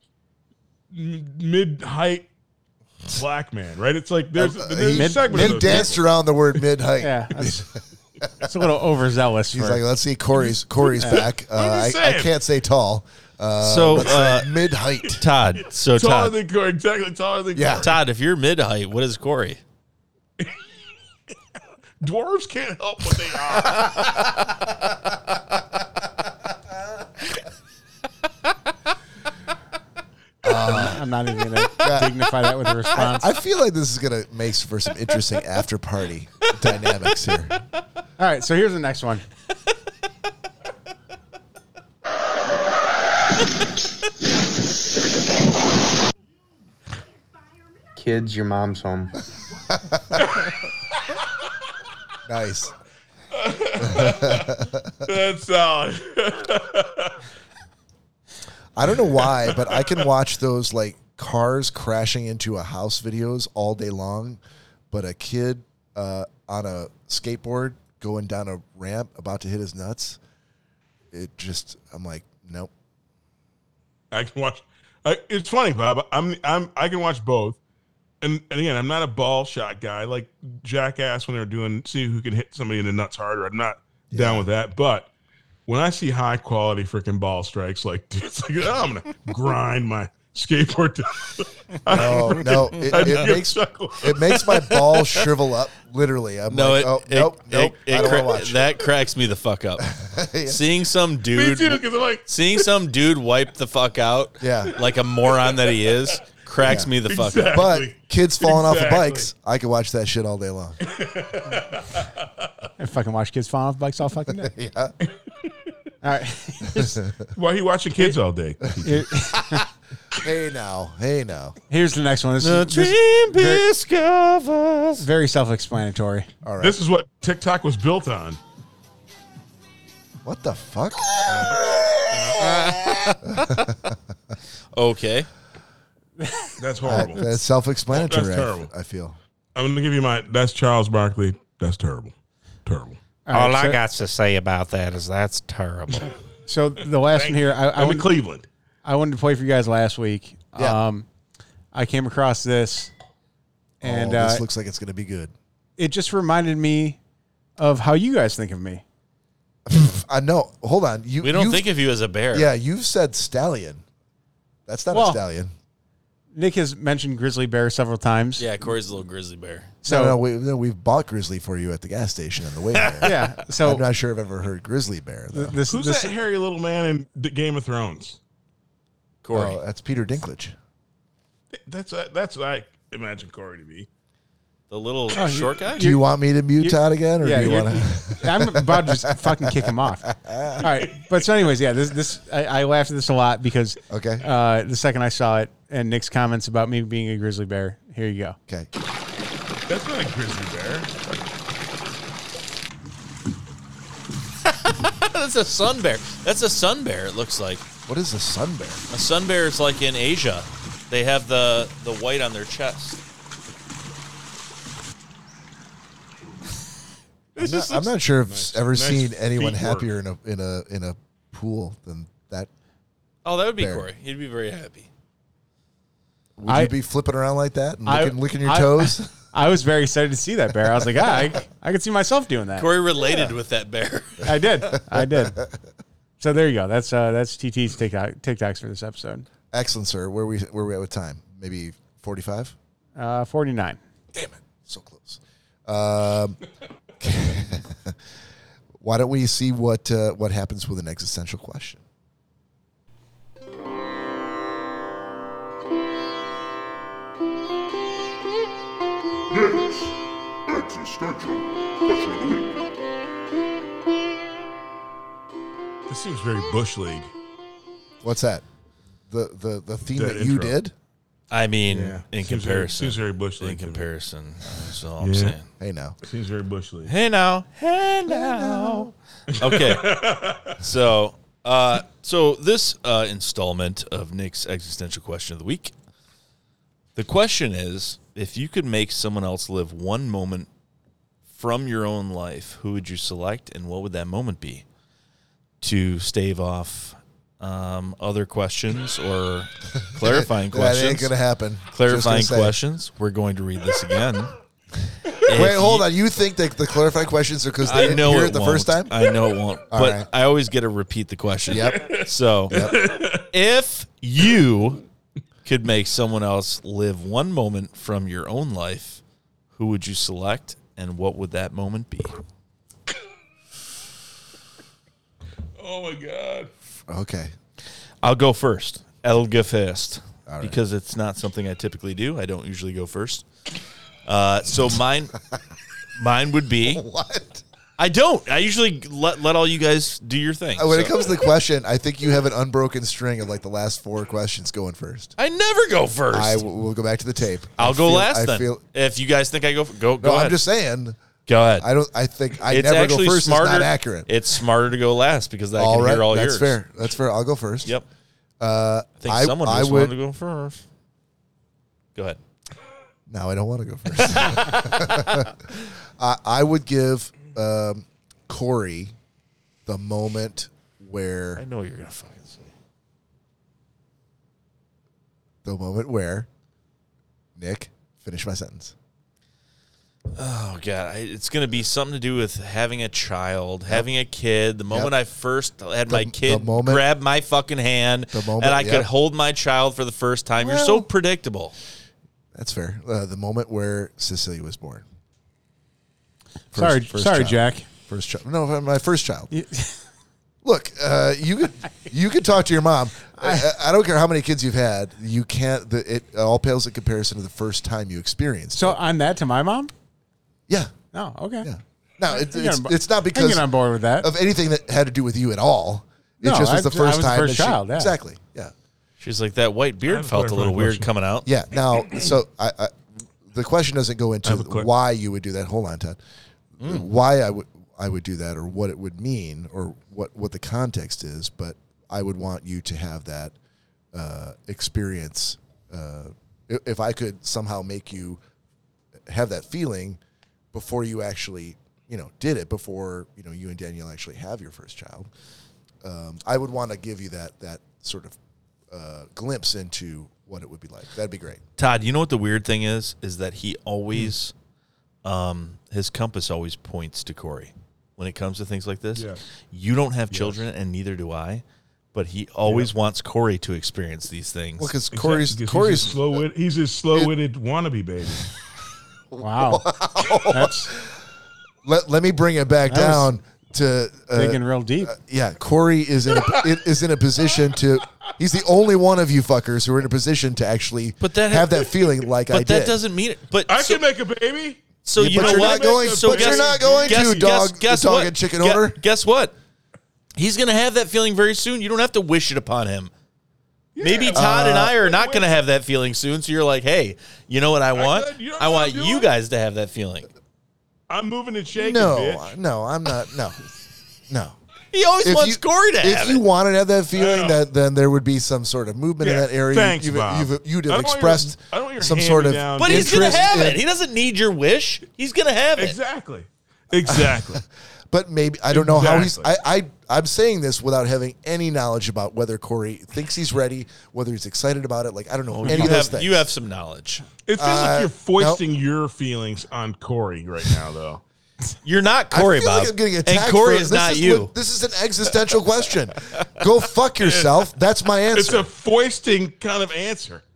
Speaker 3: mid height black man, right? It's like there's,
Speaker 1: Uh,
Speaker 3: there's
Speaker 1: he,
Speaker 3: a segment
Speaker 1: he
Speaker 3: of those
Speaker 1: danced around the word mid height.
Speaker 2: Yeah, that's, that's a little overzealous.
Speaker 1: He's
Speaker 2: for-
Speaker 1: like, let's see Corey's Corey's back. Uh,
Speaker 3: I'm
Speaker 1: I,
Speaker 3: just
Speaker 1: I
Speaker 3: saying.
Speaker 1: can't say tall. Uh,
Speaker 4: So,
Speaker 1: let's
Speaker 4: uh,
Speaker 1: say mid height.
Speaker 4: Todd. So
Speaker 3: people. taller
Speaker 4: Todd,
Speaker 3: than Corey, exactly taller than
Speaker 1: Yeah.
Speaker 3: Corey.
Speaker 4: Todd, if you're mid height, what is Corey?
Speaker 3: Dwarves can't help what they are.
Speaker 2: I'm not even going to dignify that with a response.
Speaker 1: I feel like this is gonna make for some interesting after party dynamics here.
Speaker 2: All right, so here's the next one.
Speaker 8: Kids, your mom's home.
Speaker 1: Nice.
Speaker 3: That's solid.
Speaker 1: I don't know why, but I can watch those like cars crashing into a house videos all day long, but a kid uh, on a skateboard going down a ramp about to hit his nuts. It just, I'm like, nope.
Speaker 3: I can watch. I, it's funny, Bob. I'm I'm I can watch both. And, and again, I'm not a ball shot guy like Jackass when they're doing see who can hit somebody in the nuts harder. I'm not down with that. But when I see high quality freaking ball strikes, like dude, it's like oh, I'm gonna grind my skateboard. Down.
Speaker 1: No, no, it,
Speaker 3: I
Speaker 1: it
Speaker 3: just
Speaker 1: makes
Speaker 3: chuckle.
Speaker 1: it makes my ball shrivel up. Literally, I'm
Speaker 4: No,
Speaker 1: like,
Speaker 4: it,
Speaker 1: oh
Speaker 4: it-
Speaker 1: nope,
Speaker 4: it-
Speaker 1: nope.
Speaker 4: it
Speaker 1: I don't
Speaker 4: cra-
Speaker 1: want to watch.
Speaker 4: that cracks me the fuck up.
Speaker 1: Yeah.
Speaker 4: Seeing some
Speaker 3: Me
Speaker 4: dude,
Speaker 3: too, because I'm like
Speaker 4: seeing some dude wipe the fuck out,
Speaker 1: Yeah.
Speaker 4: like a moron that he is, cracks me the fuck up.
Speaker 1: but
Speaker 3: exactly.
Speaker 1: kids falling off of
Speaker 3: Exactly.
Speaker 1: bikes, I could watch that shit all day long.
Speaker 2: I fucking watch kids fall off bikes all fucking day.
Speaker 1: Yeah.
Speaker 2: All right.
Speaker 3: Why are you watching kids all day?
Speaker 2: Here-
Speaker 1: hey now, hey now.
Speaker 2: Here's the next one. This
Speaker 4: The
Speaker 2: is, this is
Speaker 4: dream
Speaker 2: very-
Speaker 4: discovers.
Speaker 2: very self-explanatory.
Speaker 1: All right,
Speaker 3: This is what TikTok was built on.
Speaker 1: what the fuck?
Speaker 4: Okay.
Speaker 3: That's
Speaker 1: Uh,
Speaker 3: horrible.
Speaker 1: that's self-explanatory.
Speaker 3: That's
Speaker 1: I-
Speaker 3: terrible.
Speaker 1: I, feel.
Speaker 3: I'm gonna give you my. That's Charles Barkley. That's terrible. Terrible.
Speaker 2: All, right, so,
Speaker 8: got to say about that is that's terrible.
Speaker 2: So the last one here, I, I,
Speaker 3: I'm in
Speaker 2: wanted,
Speaker 3: Cleveland.
Speaker 2: I wanted to play for you guys last week.
Speaker 1: Yeah.
Speaker 2: Um, I came across this, and
Speaker 1: oh,
Speaker 2: uh,
Speaker 1: this looks like it's gonna be good.
Speaker 2: it just reminded me of how you guys think of me.
Speaker 1: I know. Hold on. You
Speaker 4: We don't
Speaker 1: you've-
Speaker 4: think of you as a bear.
Speaker 1: Yeah, you've said stallion. That's not a
Speaker 2: Well,
Speaker 1: stallion.
Speaker 2: Nick has mentioned grizzly bear several times.
Speaker 4: Yeah, Corey's a little grizzly bear.
Speaker 2: So
Speaker 1: no, no, we, no, we've bought grizzly for you at the gas station on the way there.
Speaker 2: yeah.
Speaker 1: I'm
Speaker 2: So
Speaker 1: not sure I've ever heard grizzly bear. Though.
Speaker 2: this
Speaker 3: Who's
Speaker 2: this
Speaker 3: that hairy little man in the Game of Thrones?
Speaker 4: Corey.
Speaker 1: Oh, that's Peter Dinklage.
Speaker 3: That's that's what I imagine Corey to be.
Speaker 4: The little short guy?
Speaker 1: Do you want me to mute Todd again, or
Speaker 2: yeah,
Speaker 1: do you
Speaker 2: you're-
Speaker 1: want to?
Speaker 2: I'm about to just fucking kick him off. All right, but so anyways, yeah, this this I, I laughed at this a lot because
Speaker 1: Okay.
Speaker 2: uh, the second I saw it and Nick's comments about me being a grizzly bear. Here you go.
Speaker 1: Okay.
Speaker 3: That's not a grizzly bear.
Speaker 4: That's a sun bear. That's a sun bear, it looks like.
Speaker 1: What is a sun bear?
Speaker 4: A sun bear is like in Asia. They have the, the white on their chest.
Speaker 1: I'm not, I'm not sure if I've ever
Speaker 3: Nice
Speaker 1: seen anyone
Speaker 3: feet
Speaker 1: happier in a in a in a pool than that.
Speaker 4: Oh, that would be
Speaker 1: Bear.
Speaker 4: Corey. He'd be very happy.
Speaker 1: Would
Speaker 2: I-
Speaker 1: you be flipping around like that and
Speaker 2: I-
Speaker 1: licking, licking your
Speaker 2: I-
Speaker 1: toes?
Speaker 2: I was very excited to see that bear. I was like, ah, I I could see myself doing that.
Speaker 4: Corey related with that bear.
Speaker 2: I did. I did. So there you go. That's uh, that's TT's TikTok TikToks for this episode.
Speaker 1: Excellent, sir. Where we where we at with time? Maybe forty five.
Speaker 2: Uh, Forty nine.
Speaker 1: Damn it, so close. Um, why don't we see what uh, what happens with an existential question?
Speaker 3: This seems very bush league.
Speaker 1: What's that? The the the theme
Speaker 3: That
Speaker 1: that, you
Speaker 3: intro.
Speaker 1: did.
Speaker 4: I mean, in
Speaker 3: Seems very-
Speaker 4: comparison.
Speaker 3: seems very bush league.
Speaker 4: in
Speaker 3: to me.
Speaker 4: comparison. That's all I'm
Speaker 3: Yeah.
Speaker 4: saying.
Speaker 1: Hey now,
Speaker 3: Seems very bush league.
Speaker 4: Hey now, hey now. Okay, so uh, so this uh, installment of Nick's existential question of the week. The question is: If you could make someone else live one moment from your own life, who would you select, and what would that moment be? To stave off um, other questions or clarifying
Speaker 1: That ain't
Speaker 4: questions.
Speaker 1: gonna happen. Just
Speaker 4: Clarifying
Speaker 1: gonna say.
Speaker 4: questions. We're going to read this again.
Speaker 1: Wait, hold on. You think that the clarifying questions are because they
Speaker 4: I know
Speaker 1: didn't hear
Speaker 4: it
Speaker 1: it, the
Speaker 4: won't.
Speaker 1: first time?
Speaker 4: I know it won't.
Speaker 1: All
Speaker 4: but
Speaker 1: right.
Speaker 4: I always get to repeat the question.
Speaker 1: Yep.
Speaker 4: So
Speaker 1: Yep.
Speaker 4: if you could make someone else live one moment from your own life, who would you select and what would that moment be?
Speaker 3: Oh my god.
Speaker 1: Okay.
Speaker 4: I'll go first. I'll go first
Speaker 1: All right.
Speaker 4: because it's not something I typically do. I don't usually go first. Uh, so mine, mine would be
Speaker 1: what?
Speaker 4: I don't. I usually let let all you guys do your thing.
Speaker 1: Uh, When it
Speaker 4: So-
Speaker 1: comes to the question, I think you have an unbroken string of like the last four questions going first.
Speaker 4: I never go first.
Speaker 1: I will we'll go back to the tape.
Speaker 4: I'll
Speaker 1: I
Speaker 4: go
Speaker 1: feel-
Speaker 4: last
Speaker 1: I
Speaker 4: then.
Speaker 1: feel-
Speaker 4: if you guys think I go, go, go
Speaker 1: no,
Speaker 4: ahead.
Speaker 1: I'm just saying.
Speaker 4: go ahead.
Speaker 1: I don't. I think I never go first. It's not accurate.
Speaker 4: It's smarter to go last because I
Speaker 1: all
Speaker 4: can
Speaker 1: right,
Speaker 4: hear all
Speaker 1: that's
Speaker 4: yours.
Speaker 1: fair. That's fair. I'll go first.
Speaker 4: Yep.
Speaker 1: Uh,
Speaker 4: I think someone
Speaker 1: I
Speaker 4: just
Speaker 1: would.
Speaker 4: wanted to go first. Go ahead.
Speaker 1: No, I don't want to go first. I, I would give um, Corey the moment where
Speaker 4: I know what you're gonna fucking say.
Speaker 1: the moment where Nick finish my sentence.
Speaker 4: Oh god, I, it's gonna be something to do with having a child, having a kid. The moment I first had my
Speaker 1: The-
Speaker 4: kid
Speaker 1: the moment-
Speaker 4: grab my fucking hand,
Speaker 1: The moment-
Speaker 4: and I could
Speaker 1: yep.
Speaker 4: hold my child for the first time. you're so
Speaker 1: Well-
Speaker 4: predictable.
Speaker 1: That's fair. Uh, the moment where Cecilia was born. First-
Speaker 2: sorry,
Speaker 1: first
Speaker 2: sorry,
Speaker 1: child.
Speaker 2: Jack.
Speaker 1: First child. No, my first child. Look, uh, you could you could talk to your mom. I, I don't care how many kids you've had. You can't. The, it all pales in comparison to the first time you experienced.
Speaker 2: So I'm that to my mom.
Speaker 1: Yeah.
Speaker 2: No, okay.
Speaker 1: Yeah. No, it,
Speaker 2: I get
Speaker 1: it's,
Speaker 2: on bo-
Speaker 1: it's not
Speaker 2: I get
Speaker 1: because
Speaker 2: on board with that.
Speaker 1: of anything that had to do with you at all. It
Speaker 2: No,
Speaker 1: just was
Speaker 2: I-
Speaker 1: the first
Speaker 2: I was the
Speaker 1: time.
Speaker 2: first
Speaker 1: that she-
Speaker 2: child, yeah.
Speaker 1: Exactly. Yeah.
Speaker 4: She's like that white
Speaker 3: I
Speaker 4: beard
Speaker 3: have a
Speaker 4: felt a little
Speaker 3: clarifying
Speaker 4: weird
Speaker 3: question.
Speaker 4: coming out.
Speaker 1: Yeah. Now, so I, I the question doesn't go into
Speaker 3: have a Mm. quick-
Speaker 1: why you would do that. Hold on, Todd. Why I would I would do that, or what it would mean, or what what the context is. But I would want you to have that uh, experience. Uh, i- if I could somehow make you have that feeling before you actually, you know, did it, before you know you and Danielle actually have your first child, um, I would want to give you that that sort of uh, glimpse into what it would be like. That'd be great.
Speaker 4: Todd, you know what the weird thing is? Is that he always, um, his compass always points to Corey when it comes to things like this.
Speaker 3: Yes.
Speaker 4: You don't have children, and neither do I, but he always wants Corey to experience these things.
Speaker 1: Well, because
Speaker 3: Exactly,
Speaker 1: Corey's
Speaker 3: 'cause he's
Speaker 1: Corey's
Speaker 3: a slow wit- he's a slow witted wannabe baby.
Speaker 2: Wow. That's
Speaker 1: let, let me bring it back
Speaker 2: That was
Speaker 1: down to uh,
Speaker 2: digging real deep.
Speaker 1: yeah. Corey is in a, it, is in a position to. He's the only one of you fuckers who are in a position to actually
Speaker 4: But that-
Speaker 1: have that feeling like
Speaker 4: but
Speaker 1: I
Speaker 4: that
Speaker 1: did.
Speaker 4: doesn't mean it. But
Speaker 3: I
Speaker 4: so,
Speaker 3: can make a baby.
Speaker 4: so
Speaker 1: Yeah,
Speaker 4: you
Speaker 1: but
Speaker 4: know
Speaker 1: you're
Speaker 4: what?
Speaker 1: not going.
Speaker 3: So
Speaker 1: but you're
Speaker 3: guess-
Speaker 1: not going
Speaker 4: guess,
Speaker 1: to dog.
Speaker 4: guess, guess
Speaker 1: dog
Speaker 4: what?
Speaker 1: and chicken
Speaker 4: Gu-
Speaker 1: order.
Speaker 4: Guess what? He's gonna have that feeling very soon. You don't have to wish it upon him. Maybe Todd
Speaker 1: Uh,
Speaker 4: and I are not going to have that feeling soon. So you're like, hey, you know what I want?
Speaker 3: said, you know
Speaker 4: I
Speaker 3: what
Speaker 4: want
Speaker 3: I'm
Speaker 4: you
Speaker 3: doing?
Speaker 4: guys to have that feeling.
Speaker 3: I'm moving and shaking.
Speaker 1: no,
Speaker 3: bitch.
Speaker 1: no, I'm not. No, no.
Speaker 4: He always wants Corey to
Speaker 1: if
Speaker 4: have
Speaker 1: you
Speaker 4: it.
Speaker 1: wanted to have that feeling,
Speaker 3: know.
Speaker 1: that then there would be some sort of movement in
Speaker 3: Yeah,
Speaker 1: that area.
Speaker 3: thanks,
Speaker 1: you've,
Speaker 3: Bob.
Speaker 1: you've, you'd
Speaker 3: I
Speaker 1: have
Speaker 3: don't want your-
Speaker 1: expressed
Speaker 3: I don't want your
Speaker 1: some sort of.
Speaker 3: hand-me-down
Speaker 4: But he's going to
Speaker 1: interest
Speaker 4: have
Speaker 1: in-
Speaker 4: it. He doesn't need your wish. He's going to have it.
Speaker 3: Exactly. Exactly.
Speaker 1: But maybe I don't know how he's. I,
Speaker 3: Exactly.
Speaker 1: I I'm saying this without having any knowledge about whether Corey thinks he's ready, whether he's excited about it. Like I don't know any
Speaker 4: Oh, You
Speaker 1: of those
Speaker 4: have,
Speaker 1: things.
Speaker 4: you have some knowledge.
Speaker 3: It feels
Speaker 1: Uh,
Speaker 3: like you're foisting your feelings on Corey right now, though.
Speaker 4: You're not
Speaker 1: I
Speaker 4: Corey,
Speaker 1: feel
Speaker 4: Bob.
Speaker 1: like I'm getting attacked.
Speaker 4: and Corey
Speaker 1: for-
Speaker 4: is
Speaker 1: this
Speaker 4: not
Speaker 1: is
Speaker 4: you.
Speaker 1: what- this is an existential question. Go fuck yourself. That's my answer.
Speaker 3: It's a foisting kind of answer.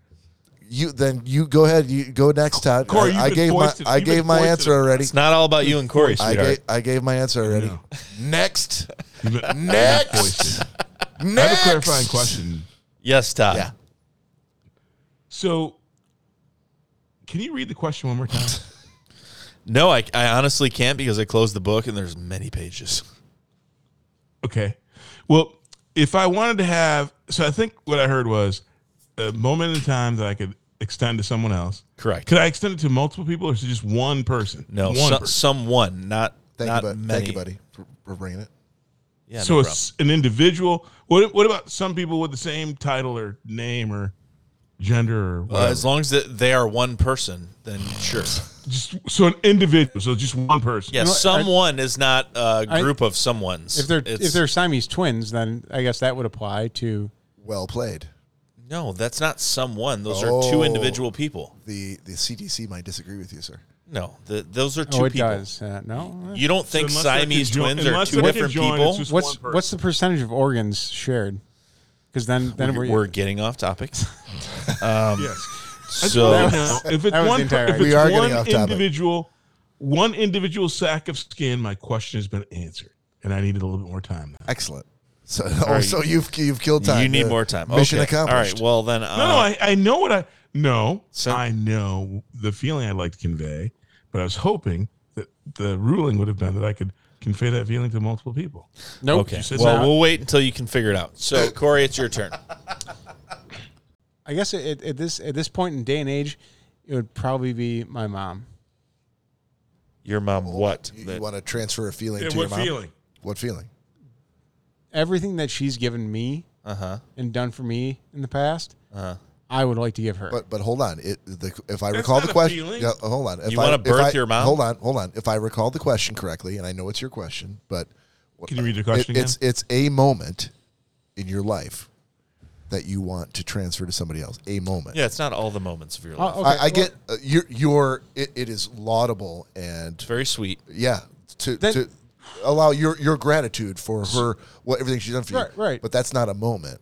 Speaker 1: you then you go ahead. You go next, Todd.
Speaker 3: Corey,
Speaker 1: I, I
Speaker 3: you've been
Speaker 1: gave my
Speaker 3: foisted-
Speaker 1: I
Speaker 3: you've been
Speaker 1: gave my
Speaker 3: foisted
Speaker 1: answer already.
Speaker 4: it's not all about you and Corey,
Speaker 1: I
Speaker 4: sweetheart.
Speaker 1: gave I gave my answer already. Next,
Speaker 3: You've been-
Speaker 1: next,
Speaker 3: Foisted.
Speaker 1: next.
Speaker 3: I have a clarifying question.
Speaker 4: yes, Todd.
Speaker 1: Yeah.
Speaker 3: So, can you read the question one more time?
Speaker 4: No, I, I honestly can't because I closed the book and there's many pages.
Speaker 3: Okay. Well, if I wanted to have, so I think what I heard was a moment in time that I could extend to someone else.
Speaker 4: Correct.
Speaker 3: Could I extend it to multiple people or is it just one person?
Speaker 4: No,
Speaker 3: one
Speaker 4: so,
Speaker 3: person.
Speaker 4: someone, not
Speaker 1: Thank
Speaker 4: not
Speaker 1: you, bud.
Speaker 4: many.
Speaker 1: Thank you, buddy, for, for bringing it.
Speaker 4: Yeah,
Speaker 3: so
Speaker 4: no problem.
Speaker 3: it's an individual. What what about some people with the same title or name or gender. Or
Speaker 4: Well,
Speaker 3: whatever.
Speaker 4: Uh, as long as that they are one person, then sure.
Speaker 3: just so an individual, so just one person.
Speaker 4: Yeah, someone is not a
Speaker 2: I-
Speaker 4: group of someones.
Speaker 2: If they're
Speaker 4: It's-
Speaker 2: if they're Siamese twins, then I guess that would apply to.
Speaker 1: Well played.
Speaker 4: no, that's not someone. Those are two
Speaker 1: Oh.
Speaker 4: individual people.
Speaker 1: The the CDC might disagree with you, sir.
Speaker 4: No, the, those are
Speaker 2: Oh,
Speaker 4: two
Speaker 2: it
Speaker 4: people.
Speaker 2: does. Uh, no?
Speaker 4: you don't
Speaker 2: So
Speaker 4: think
Speaker 2: unless they're
Speaker 4: Siamese
Speaker 2: conjoined-
Speaker 4: twins are
Speaker 2: unless
Speaker 4: two
Speaker 2: they're
Speaker 4: different
Speaker 2: conjoined,
Speaker 4: people?
Speaker 2: it's just What's- one what's the percentage of organs shared? Because then then
Speaker 4: we're,
Speaker 2: we're,
Speaker 4: we're getting off topic. Um,
Speaker 3: Yes. I
Speaker 4: So
Speaker 3: don't know. if
Speaker 2: That was
Speaker 3: it's
Speaker 2: the
Speaker 3: one, per-
Speaker 2: entire
Speaker 3: if
Speaker 2: idea.
Speaker 3: it's
Speaker 2: We are getting
Speaker 3: one
Speaker 2: off topic.
Speaker 3: individual, one individual sack of skin, my question has been answered, and I needed a little bit more time. Now.
Speaker 1: Excellent. So,
Speaker 3: All
Speaker 1: oh,
Speaker 3: right.
Speaker 1: so you've you've killed time.
Speaker 4: You need
Speaker 1: Uh,
Speaker 4: more time.
Speaker 1: Mission
Speaker 4: Okay.
Speaker 1: accomplished.
Speaker 4: All right. Well, then. Uh,
Speaker 3: no, no, I, I know what I no. I know the feeling I'd like to convey, but I was hoping that the ruling would have been that I could convey that feeling to multiple people.
Speaker 4: Okay.
Speaker 3: You said
Speaker 4: Well,
Speaker 3: that.
Speaker 4: we'll wait until you can figure it out. So, Corey, it's your turn.
Speaker 2: I guess at, at this at this point in day and age, it would probably be my mom.
Speaker 4: Your mom, Oh, what?
Speaker 1: You, want to transfer a feeling
Speaker 3: Yeah,
Speaker 1: to your
Speaker 3: what
Speaker 1: mom?
Speaker 3: feeling?
Speaker 1: What feeling?
Speaker 2: Everything that she's given me
Speaker 4: uh-huh.
Speaker 2: and done for me in the past,
Speaker 4: Uh-huh.
Speaker 2: I would like to give her.
Speaker 1: But but hold on. It, the, if I
Speaker 2: That's
Speaker 1: recall
Speaker 2: not
Speaker 1: the
Speaker 2: a
Speaker 1: question,
Speaker 2: feeling.
Speaker 1: yeah, hold on. If
Speaker 4: You
Speaker 1: I-
Speaker 4: wanna
Speaker 1: if
Speaker 4: birth
Speaker 1: I-
Speaker 4: your mom?
Speaker 1: Hold on, hold on. If I recall the question correctly, and I know it's your question, but
Speaker 3: Can you read the question
Speaker 1: it- It's it's a moment in your life that you want to transfer to somebody else. A moment.
Speaker 4: Yeah, it's not all the moments of your life.
Speaker 1: I, I get uh, your your it, it is laudable and
Speaker 4: very sweet.
Speaker 1: Yeah, to to allow your your gratitude for her what everything she's done for you.
Speaker 2: Right, right.
Speaker 1: But that's not a moment.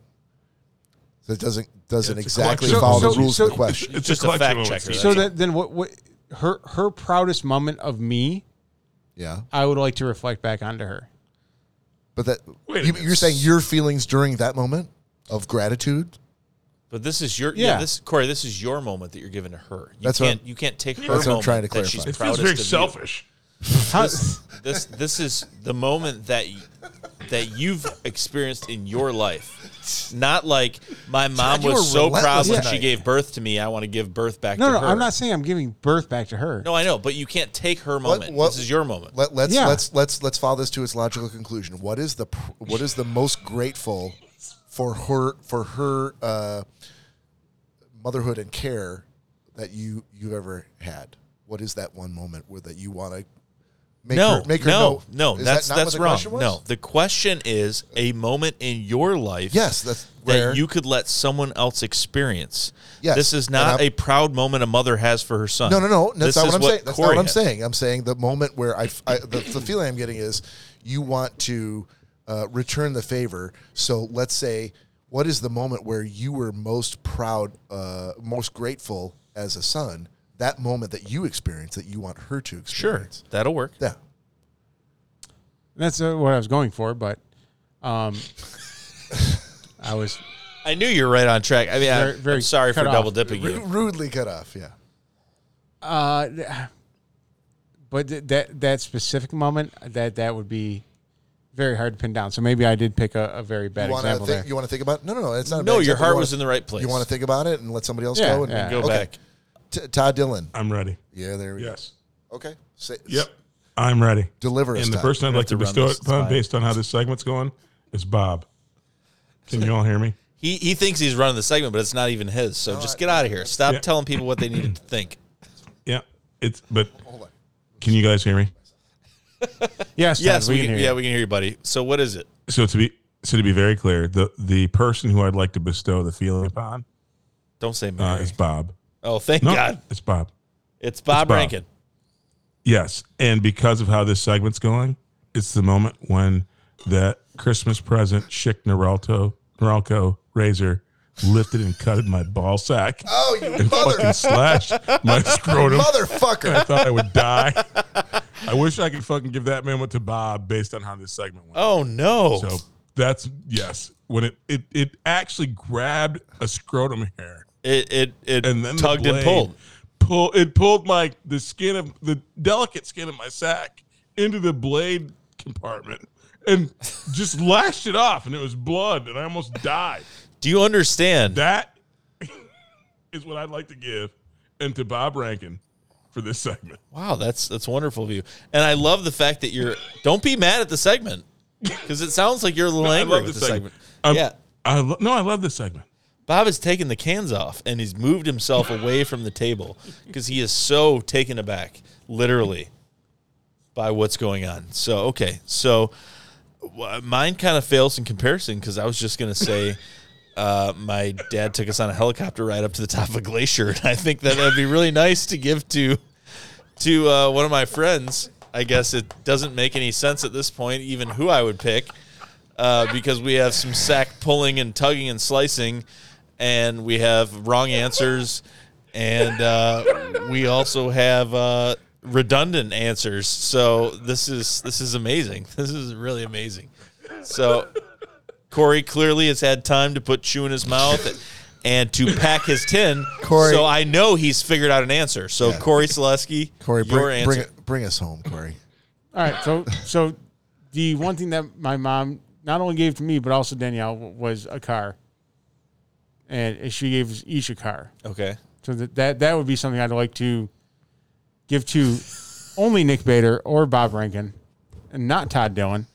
Speaker 1: So it doesn't doesn't
Speaker 3: Yeah, it's a
Speaker 1: exactly
Speaker 3: collection.
Speaker 1: follow
Speaker 3: So-
Speaker 1: the
Speaker 3: so-
Speaker 1: rules
Speaker 3: so-
Speaker 1: of the question.
Speaker 3: It's just a collection fact of moments. checker,
Speaker 2: So
Speaker 3: that's all.
Speaker 2: that, then what? What her her proudest moment of me?
Speaker 1: Yeah.
Speaker 2: I would like to reflect back onto her.
Speaker 1: But that
Speaker 2: Wait a
Speaker 1: you,
Speaker 2: minute.
Speaker 1: you're saying your feelings during that moment of gratitude.
Speaker 4: But this is your yeah.
Speaker 1: Yeah.
Speaker 4: This Corey, this is your moment that you're giving to her. You
Speaker 1: That's what
Speaker 4: can't
Speaker 1: I'm-
Speaker 4: you can't take her.
Speaker 1: that's what I'm
Speaker 4: moment
Speaker 1: trying to
Speaker 4: that she's
Speaker 1: clarify. It feels
Speaker 4: proudest
Speaker 3: very
Speaker 4: of you.
Speaker 3: selfish.
Speaker 4: This, this this is the moment that y- that you've experienced in your life. Not like my mom
Speaker 2: God, you
Speaker 4: was
Speaker 2: were
Speaker 4: so proud
Speaker 2: relentless
Speaker 4: when
Speaker 2: tonight.
Speaker 4: she gave birth to me. I want to give birth back
Speaker 2: No,
Speaker 4: to
Speaker 2: no,
Speaker 4: her.
Speaker 2: I'm not saying I'm giving birth back to her.
Speaker 4: No, I know, but you can't take her
Speaker 1: What-
Speaker 4: moment.
Speaker 1: what-
Speaker 4: this is your moment.
Speaker 1: Let, let's
Speaker 2: Yeah.
Speaker 1: let's let's let's follow this to its logical conclusion. What is the pr- what is the most grateful for her for her uh, motherhood and care that you you've ever had? What is that one moment where that you want to make
Speaker 4: no,
Speaker 1: her make her
Speaker 4: no,
Speaker 1: know?
Speaker 4: no,
Speaker 1: Is
Speaker 4: that's
Speaker 1: that not
Speaker 4: that's
Speaker 1: what the
Speaker 4: wrong.
Speaker 1: question was?
Speaker 4: No, the question is a moment in your life.
Speaker 1: Yes, that's
Speaker 4: that
Speaker 1: rare.
Speaker 4: you could let someone else experience.
Speaker 1: Yes,
Speaker 4: this is
Speaker 1: and
Speaker 4: not
Speaker 1: I'm-
Speaker 4: a proud moment a mother has for her son.
Speaker 1: No, no, no. That's
Speaker 4: This
Speaker 1: not
Speaker 4: is
Speaker 1: what I'm saying. That's not
Speaker 4: Corey
Speaker 1: what I'm
Speaker 4: had.
Speaker 1: saying. I'm saying the moment where I, f- I- the, the feeling I'm getting is you want to uh, return the favor. So let's say, what is the moment where you were most proud, uh, most grateful as a son? That moment that you experienced that you want her to
Speaker 4: Sure,
Speaker 1: experience.
Speaker 4: that'll work.
Speaker 1: Yeah.
Speaker 2: That's uh, what I was going for, but um, I was
Speaker 4: I knew you were right on track. I mean, I-
Speaker 2: Very- very
Speaker 4: I'm sorry for
Speaker 2: cut off.
Speaker 4: double dipping you.
Speaker 1: Ru- rudely cut off. Yeah.
Speaker 2: Uh, th- but th- that that specific moment that that would be very hard to pin down. So maybe I did pick a, a very bad
Speaker 1: you want to
Speaker 2: example
Speaker 1: think?
Speaker 2: there.
Speaker 1: You want to think about? No, no, no. It's not. a
Speaker 4: No,
Speaker 1: bad
Speaker 4: your
Speaker 1: example. You
Speaker 4: heart
Speaker 1: wanna-
Speaker 4: was in the right place.
Speaker 1: You want to think about it and let somebody else
Speaker 4: Yeah,
Speaker 1: go and
Speaker 4: yeah. Go back.
Speaker 1: T- Todd Dillon.
Speaker 3: I'm ready.
Speaker 1: Yeah, there we go.
Speaker 3: Yes.
Speaker 1: Okay. Say,
Speaker 3: Yep. I'm ready.
Speaker 1: Deliver us,
Speaker 3: And the
Speaker 1: Todd.
Speaker 3: person I'd
Speaker 1: We
Speaker 3: like
Speaker 1: have
Speaker 3: to
Speaker 1: to run
Speaker 3: bestow
Speaker 1: this.
Speaker 3: it
Speaker 1: It's
Speaker 3: upon
Speaker 1: fine.
Speaker 3: based on how this segment's going is Bob. Can you all hear me?
Speaker 4: He he thinks he's running the segment, but it's not even his. So just get out of here. Stop
Speaker 3: Yeah.
Speaker 4: telling people what they needed to think.
Speaker 3: Yeah. It's but can you guys hear me?
Speaker 2: Yes,
Speaker 4: yes,
Speaker 2: Todd, we
Speaker 4: we
Speaker 2: can
Speaker 4: can,
Speaker 2: hear
Speaker 4: yeah,
Speaker 2: you.
Speaker 4: we can hear you, buddy. So what is it?
Speaker 3: So to be so to be very clear, the the person who I'd like to bestow the feeling upon
Speaker 4: Don't say
Speaker 3: uh,
Speaker 4: Mary.
Speaker 3: is Bob.
Speaker 4: oh, thank
Speaker 3: No,
Speaker 4: God.
Speaker 3: It's Bob.
Speaker 4: It's Bob,
Speaker 3: Bob.
Speaker 4: Rankin.
Speaker 3: Yes, and because of how this segment's going, it's the moment when that Christmas present Chick Norelto Norelco razor lifted and cutted my ball sack.
Speaker 1: Oh, you
Speaker 3: and
Speaker 1: mother-
Speaker 3: fucking slashed my scrotum,
Speaker 1: Motherfucker.
Speaker 3: I thought I would die. I wish I could fucking give that moment to Bob based on how this segment went.
Speaker 4: Oh no.
Speaker 3: So that's yes. When it it, it actually grabbed a scrotum hair
Speaker 4: it it it
Speaker 3: and then the
Speaker 4: tugged and
Speaker 3: blade
Speaker 4: pulled.
Speaker 3: Pull it pulled my the skin of the delicate skin of my sack into the blade compartment and just lashed it off, and it was blood, and I almost died.
Speaker 4: Do you understand?
Speaker 3: That is what I'd like to give, and to Bob Rankin for this segment.
Speaker 4: Wow, that's that's wonderful of you. And I love the fact that you're don't be mad at the segment. Because it sounds like you're a little
Speaker 3: I
Speaker 4: angry
Speaker 3: love
Speaker 4: with
Speaker 3: this
Speaker 4: the segment.
Speaker 3: segment. Um,
Speaker 4: yeah.
Speaker 3: I lo- no, I love this segment.
Speaker 4: Bob has taken the cans off and he's moved himself away from the table because he is so taken aback, literally, by what's going on. So, okay. So w- mine kind of fails in comparison because I was just going to say uh, my dad took us on a helicopter ride up to the top of a glacier. And I think that would be really nice to give to to uh, one of my friends. I guess it doesn't make any sense at this point, even who I would pick, uh, because we have some sack pulling and tugging and slicing, and we have wrong answers, and uh, we also have uh, redundant answers. So this is this is amazing. This is really amazing. So Corey clearly has had time to put chew in his mouth. And to pack his tin,
Speaker 1: Corey-
Speaker 4: so I know he's figured out an answer. So
Speaker 1: Yeah.
Speaker 4: Corey Selesky,
Speaker 1: Corey,
Speaker 4: your
Speaker 1: bring,
Speaker 4: answer.
Speaker 1: bring, bring us home, Corey.
Speaker 2: All right. So, so the one thing that my mom not only gave to me but also Danielle w- was a car, and she gave us each a car.
Speaker 4: Okay.
Speaker 2: So that that, that would be something I'd like to give to only Nick Bader or Bob Rankin, and not Todd Dillon.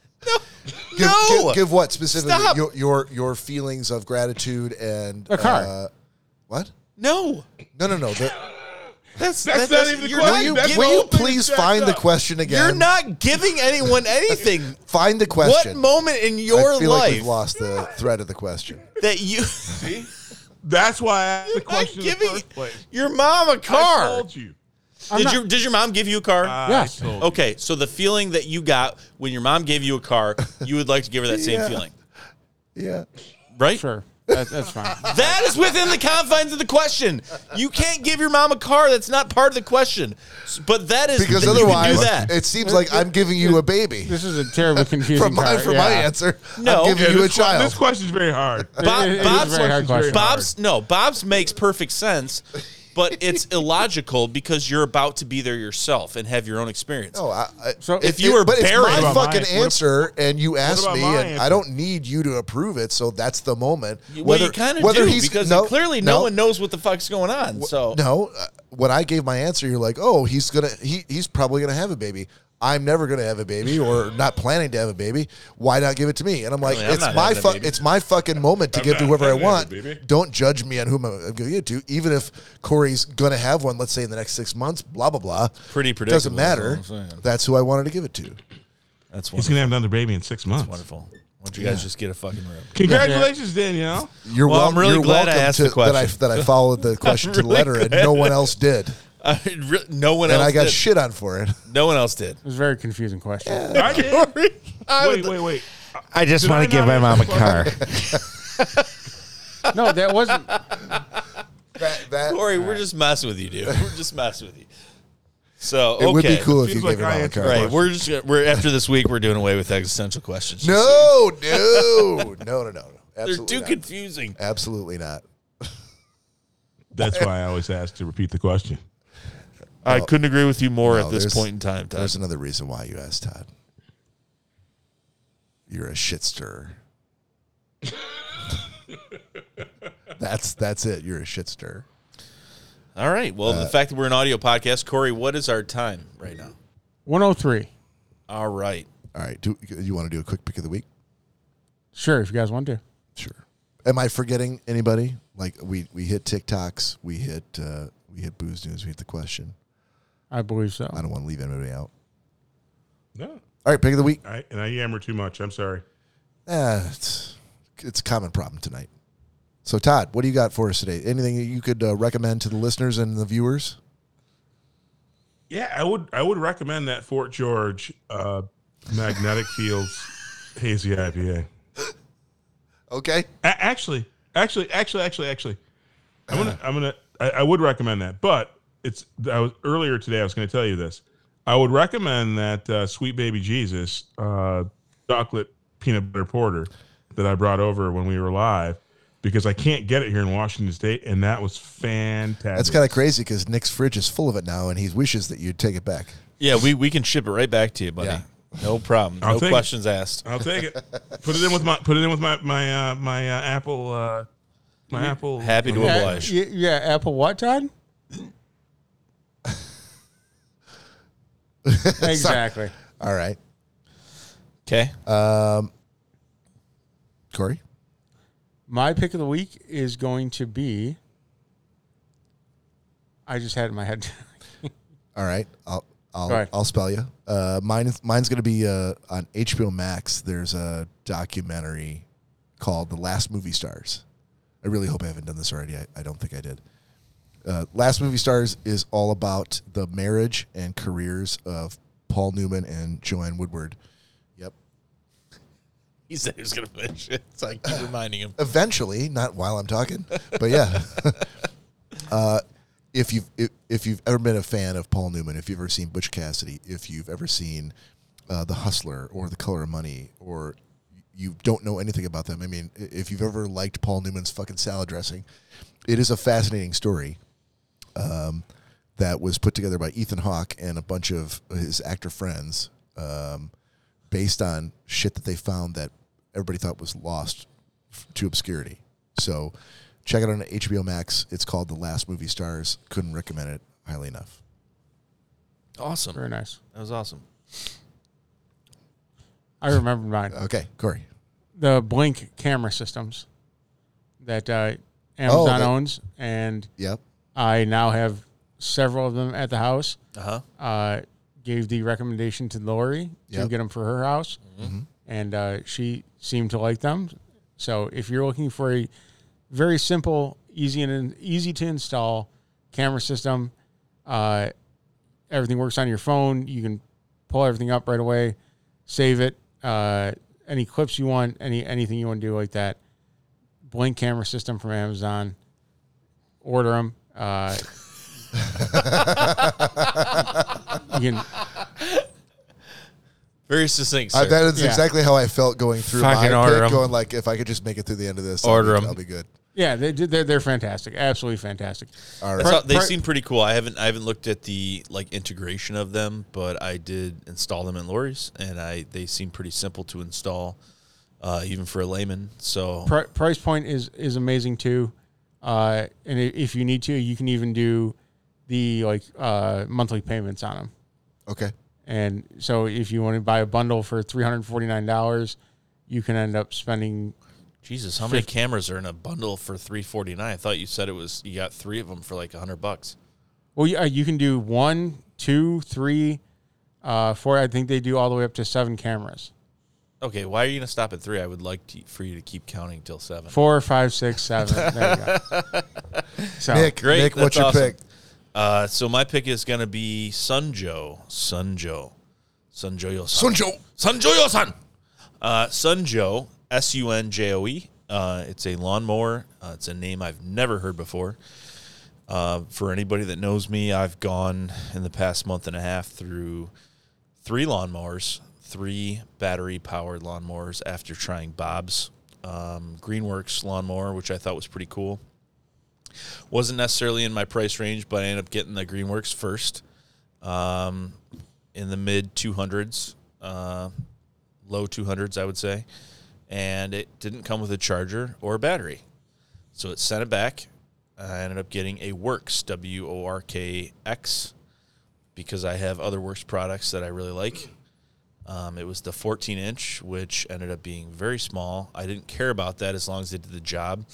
Speaker 1: Give,
Speaker 4: No!
Speaker 1: give, give what specifically?
Speaker 4: Stop!
Speaker 1: Your, your your feelings of gratitude and
Speaker 2: A car.
Speaker 1: Uh, what?
Speaker 4: No,
Speaker 1: No, no, no. the-
Speaker 3: That's
Speaker 4: that's that
Speaker 3: not
Speaker 4: doesn't-
Speaker 3: even the
Speaker 4: you're
Speaker 1: will
Speaker 3: question.
Speaker 1: you,
Speaker 3: That's
Speaker 4: giving-
Speaker 1: will you
Speaker 3: all been
Speaker 1: please
Speaker 3: jacked
Speaker 1: find the
Speaker 3: up.
Speaker 1: question again?
Speaker 4: You're not giving anyone anything.
Speaker 1: Find the
Speaker 4: what
Speaker 1: question.
Speaker 4: moment in your
Speaker 1: I feel like
Speaker 4: life
Speaker 1: we've lost the thread of the question.
Speaker 4: that you
Speaker 3: That's why I asked the
Speaker 4: You're not
Speaker 3: question
Speaker 4: giving
Speaker 3: in the first place.
Speaker 4: your mom a
Speaker 3: I
Speaker 4: car?
Speaker 3: told you.
Speaker 4: Did
Speaker 2: not-
Speaker 4: your did your mom give you a car?
Speaker 3: I
Speaker 2: Yes.
Speaker 3: told you.
Speaker 4: okay, so the feeling that you got when your mom gave you a car, you would like to give her that same
Speaker 1: Yeah.
Speaker 4: feeling,
Speaker 1: Yeah.
Speaker 4: right?
Speaker 2: Sure, that, that's fine.
Speaker 4: That is within the confines of the question. You can't give your mom a car. That's not part of the question. S- But that is
Speaker 1: Because
Speaker 4: that you can
Speaker 1: otherwise,
Speaker 4: do that.
Speaker 1: it seems like I'm giving you a baby.
Speaker 2: This is a terribly confusing
Speaker 1: From my,
Speaker 2: car,
Speaker 1: from
Speaker 2: yeah.
Speaker 1: my answer,
Speaker 4: No.
Speaker 1: I'm giving
Speaker 3: Yeah,
Speaker 1: you a
Speaker 3: this, que-
Speaker 1: child.
Speaker 3: this question's very hard.
Speaker 4: Bob,
Speaker 2: It- it is a
Speaker 4: Bob's,
Speaker 2: very hard question.
Speaker 4: Bob's no, Bob's makes perfect sense, but it's illogical because you're about to be there yourself and have your own experience.
Speaker 1: No, I, I,
Speaker 2: So-
Speaker 1: if
Speaker 2: If
Speaker 1: you
Speaker 4: you
Speaker 1: were
Speaker 4: were
Speaker 1: but it's
Speaker 4: buried- What
Speaker 1: my
Speaker 4: about
Speaker 1: fucking
Speaker 3: mine? What ab-
Speaker 1: answer, and you asked
Speaker 3: about
Speaker 1: me,
Speaker 3: my
Speaker 1: and I
Speaker 3: answer?
Speaker 1: don't need you to approve it. So that's the moment.
Speaker 4: well, you kind of do because clearly no, one knows what the fuck's going on. So
Speaker 1: No, uh, when I gave my answer, you're like, "Oh, he's gonna, he, he's probably gonna have a baby. I'm never gonna have a baby, or not planning to have a baby. Why not give it to me?" And I'm like,
Speaker 4: Really, I'm
Speaker 1: "It's
Speaker 4: not
Speaker 1: my
Speaker 4: having a
Speaker 1: fu-
Speaker 4: baby.
Speaker 1: it's my fucking moment to
Speaker 3: I'm
Speaker 1: give to
Speaker 3: not
Speaker 1: whoever I
Speaker 3: having a
Speaker 1: want.
Speaker 3: baby.
Speaker 1: Don't judge me on whom I'm I'm giving it to, even if Corey's gonna have one. Let's say in the next six months, blah blah blah.
Speaker 4: Pretty
Speaker 1: Doesn't
Speaker 4: predictable,
Speaker 1: matter.
Speaker 4: is what I'm saying.
Speaker 1: That's who I wanted to give it to.
Speaker 4: that's
Speaker 3: He's gonna have another baby in six months.
Speaker 4: wonderful. Why don't you guys just get a fucking room?
Speaker 3: Congratulations, Danielle.
Speaker 1: You're
Speaker 4: Well, I'm
Speaker 1: welcome.
Speaker 4: really
Speaker 1: you're
Speaker 4: glad I
Speaker 1: welcome
Speaker 4: asked
Speaker 1: to,
Speaker 4: the question.
Speaker 1: that I that I followed the question to the
Speaker 4: really
Speaker 1: letter, and
Speaker 4: glad
Speaker 1: no
Speaker 4: that-
Speaker 1: one else did,
Speaker 4: no one
Speaker 1: and
Speaker 4: else
Speaker 1: I got
Speaker 4: did.
Speaker 1: shit on for it.
Speaker 4: no one else did.
Speaker 2: It was a very confusing question.
Speaker 3: I did. Wait, wait, wait.
Speaker 8: I just
Speaker 3: Did
Speaker 8: want
Speaker 3: I
Speaker 8: to give
Speaker 3: not
Speaker 8: my mom a
Speaker 3: answer the
Speaker 8: car.
Speaker 2: No, that wasn't.
Speaker 1: That, that
Speaker 4: Corey, we're just messing with you, dude. We're just messing with you. So
Speaker 1: it
Speaker 4: okay.
Speaker 1: would be cool if you
Speaker 3: Seems
Speaker 1: gave
Speaker 3: like
Speaker 1: him
Speaker 3: I
Speaker 1: all the
Speaker 3: answered
Speaker 1: card.
Speaker 4: Right, we're just gonna- we're after this week we're doing away with existential questions.
Speaker 1: No, no, no, no, no, no.
Speaker 4: they're
Speaker 1: Absolutely
Speaker 4: too
Speaker 1: not.
Speaker 4: confusing.
Speaker 1: Absolutely not.
Speaker 3: That's why I always ask to repeat the question.
Speaker 4: I couldn't agree with you more
Speaker 1: No,
Speaker 4: at this
Speaker 1: there's-
Speaker 4: point in time. Todd.
Speaker 1: There's another reason why you asked Todd. You're a shit stirrer. that's that's it. You're a shit stirrer.
Speaker 4: All right. Well, the fact that we're an audio podcast, Corey, what is our time right now?
Speaker 2: 103.
Speaker 4: All right.
Speaker 1: All right. Do you want to do a quick pick of the week?
Speaker 2: Sure, if you guys want to.
Speaker 1: Sure. Am I forgetting anybody? Like we we hit TikToks, we hit uh, we hit booze news, we hit the question.
Speaker 2: I believe so.
Speaker 1: I don't want to leave anybody out.
Speaker 3: No,
Speaker 1: All right, pick of the week.
Speaker 3: I, and I yammer too much. I'm sorry.
Speaker 1: Ah, it's it's a common problem tonight. So Todd, what do you got for us today? Anything that you could uh, recommend to the listeners and the viewers?
Speaker 3: Yeah, I would. I would recommend that Fort George uh, Magnetic Fields Hazy IPA.
Speaker 1: Okay.
Speaker 3: A- actually, actually, actually, actually, actually, I'm gonna, I'm gonna, I, I would recommend that. But it's, I was earlier today. I was gonna tell you this. I would recommend that uh, Sweet Baby Jesus uh, chocolate peanut butter porter that I brought over when we were live because I can't get it here in Washington State, and that was fantastic.
Speaker 1: That's kind of crazy because Nick's fridge is full of it now, and he wishes that you'd take it back.
Speaker 4: Yeah, we, we can ship it right back to you, buddy. No problem.
Speaker 3: I'll
Speaker 4: no
Speaker 3: take it.
Speaker 4: questions asked.
Speaker 3: I'll take it. Put it in with my, put it in with my my uh, my uh, Apple. Uh, my Apple.
Speaker 4: Happy to
Speaker 2: Yeah,
Speaker 4: oblige.
Speaker 2: y- yeah, Apple what, Todd? exactly.
Speaker 1: All right,
Speaker 4: Okay.
Speaker 1: Corey.
Speaker 2: My pick of the week is going to be. I just had it in my head.
Speaker 1: All right, I'll I'll
Speaker 2: Go ahead.
Speaker 1: I'll spell you. Uh, mine is- mine's going to be uh, on HBO Max. There's a documentary called "The Last Movie Stars." I really hope I haven't done this already. I, I don't think I did. Uh, Last Movie Stars is all about the marriage and careers of Paul Newman and Joanne Woodward. Yep.
Speaker 4: He said he was going to finish it. So I keep reminding him.
Speaker 1: Eventually, not while I'm talking, but yeah. uh, if you've if, if you've ever been a fan of Paul Newman, if you've ever seen Butch Cassidy, if you've ever seen uh, The Hustler or The Color of Money, or you don't know anything about them, I mean, i- if you've ever liked Paul Newman's fucking salad dressing, it is a fascinating story. Um, that was put together by Ethan Hawke and a bunch of his actor friends, um, based on shit that they found that everybody thought was lost f- to obscurity. So check it out on HBO Max. It's called The Last Movie Stars. Couldn't recommend it highly enough.
Speaker 4: Awesome.
Speaker 2: Very nice.
Speaker 4: That was awesome.
Speaker 2: I remember mine.
Speaker 1: Okay, Corey.
Speaker 2: The Blink camera systems that uh, Amazon
Speaker 1: that-
Speaker 2: owns, and
Speaker 1: Yep.
Speaker 2: I now have several of them at the house.
Speaker 4: Uh-huh.
Speaker 2: Uh, Gave the recommendation to Lori to
Speaker 1: Yep.
Speaker 2: get them for her house, and uh, she seemed to like them. So if you're looking for a very simple, easy and easy to install camera system, uh, everything works on your phone. You can pull everything up right away, save it. Uh, any clips you want, any anything you want to do like that. Blink camera system from Amazon. Order them. Uh, you can
Speaker 4: Very succinct.
Speaker 1: Uh,
Speaker 4: sir.
Speaker 1: that is
Speaker 2: Yeah.
Speaker 1: exactly how I felt going through
Speaker 8: Fucking
Speaker 1: my
Speaker 8: order
Speaker 1: pick,
Speaker 8: 'em.
Speaker 1: going like, if I could just make it through the end of this, I'll
Speaker 8: Order
Speaker 1: be-
Speaker 8: 'em.
Speaker 1: I'll be good.
Speaker 2: yeah, they did. They're, they're fantastic. Absolutely fantastic.
Speaker 1: All right.
Speaker 4: That's
Speaker 2: Pro-
Speaker 4: how, they
Speaker 2: pro-
Speaker 4: seem pretty cool. I haven't I haven't looked at the like integration of them, but I did install them in Lori's, and I they seem pretty simple to install, uh, even for a layman. So
Speaker 2: Pri- price point is is amazing too, uh, and i- if you need to, you can even do the like uh, monthly payments on them.
Speaker 1: Okay.
Speaker 2: And so, if you want to buy a bundle for three hundred forty nine dollars, you can end up spending.
Speaker 4: Jesus, how many
Speaker 2: Fif-
Speaker 4: cameras are in a bundle for three forty nine? I thought you said it was you got three of them for like hundred bucks.
Speaker 2: Well, yeah, you can do one, two, three, uh, four. I think they do all the way up to seven cameras.
Speaker 4: Okay, why are you gonna stop at three? I would like to, for you to keep counting till seven.
Speaker 2: Four, five, six, seven. There you go. So,
Speaker 1: Nick,
Speaker 4: Great,
Speaker 1: Nick, what's
Speaker 4: that's
Speaker 1: your
Speaker 4: awesome.
Speaker 1: pick?
Speaker 4: Uh, so my pick is gonna be Sunjo, Sunjo, Sunjo Yosan.
Speaker 1: Sunjo.
Speaker 4: Sunjo Yosan. Uh, Sunjo, S U N J O E. Uh, it's a lawnmower. Uh, it's a name I've never heard before. Uh, for anybody that knows me, I've gone in the past month and a half through three lawnmowers, three battery powered lawnmowers after trying Bob's um, Greenworks lawnmower, which I thought was pretty cool. Wasn't necessarily in my price range, but I ended up getting the Greenworks first um, in the mid 200s, uh, low 200s, I would say. And it didn't come with a charger or a battery. So it sent it back. I ended up getting a Works, W O R K X, because I have other Works products that I really like. Um, it was the 14 inch, which ended up being very small. I didn't care about that as long as it did the job,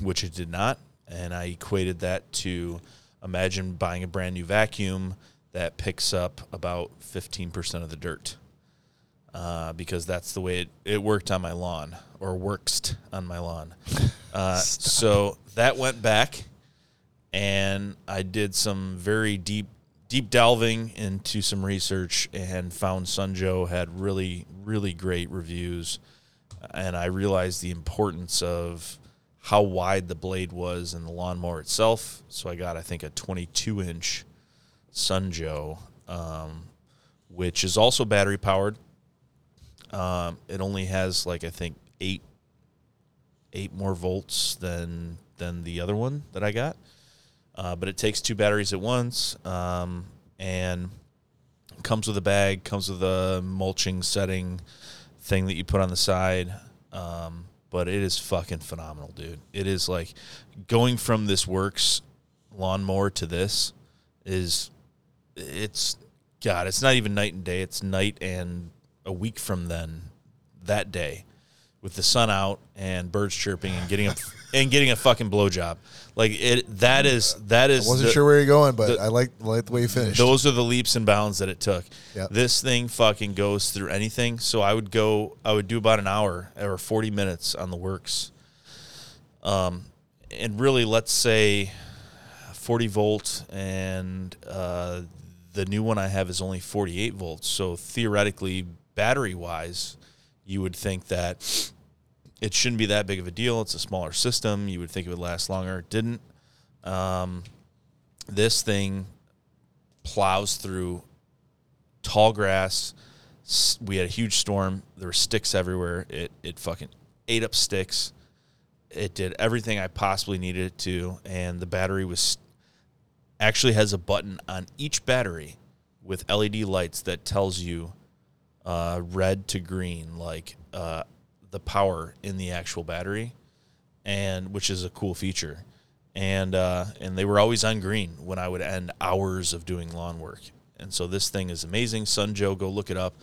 Speaker 4: which it did not. And I equated that to imagine buying a brand new vacuum that picks up about 15% of the dirt uh, because that's the way it, it worked on my lawn or worked on my lawn. Uh, so that went back, and I did some very deep deep delving into some research and found Sunjo had really really great reviews, and I realized the importance of how wide the blade was in the lawnmower itself. So I got I think a 22 inch Sunjo. Um, which is also battery powered, um, it only has like I think eight eight more volts than than the other one that I got. Uh, but it takes two batteries at once, um, and comes with a bag, comes with a mulching setting thing that you put on the side. Um, but it is fucking phenomenal, dude. It is like going from this works lawnmower to this is it's God, it's not even night and day. It's night and a week from then, that day, with the sun out and birds chirping and getting a and getting a fucking blowjob. Like it that is that is
Speaker 1: I wasn't
Speaker 4: the-
Speaker 1: sure where you're going, but
Speaker 4: the-
Speaker 1: I like like the way you finished.
Speaker 4: those are the leaps and bounds that it took.
Speaker 1: Yep.
Speaker 4: This thing fucking goes through anything. So I would go, I would do about an hour or 40 minutes on the works. Um, and really, let's say 40 volt, and uh, the new one I have is only 48 volts. So theoretically, battery wise, you would think that it shouldn't be that big of a deal. It's a smaller system. You would think it would last longer. It didn't. Um, this thing plows through tall grass. S- We had a huge storm. There were sticks everywhere. It it fucking ate up sticks. It did everything I possibly needed it to, and the battery was actually has a button on each battery with LED lights that tells you uh, red to green, like uh, the power in the actual battery, and which is a cool feature. And uh, and they were always on green when I would end hours of doing lawn work. And so this thing is amazing. Sun Joe, go look it up.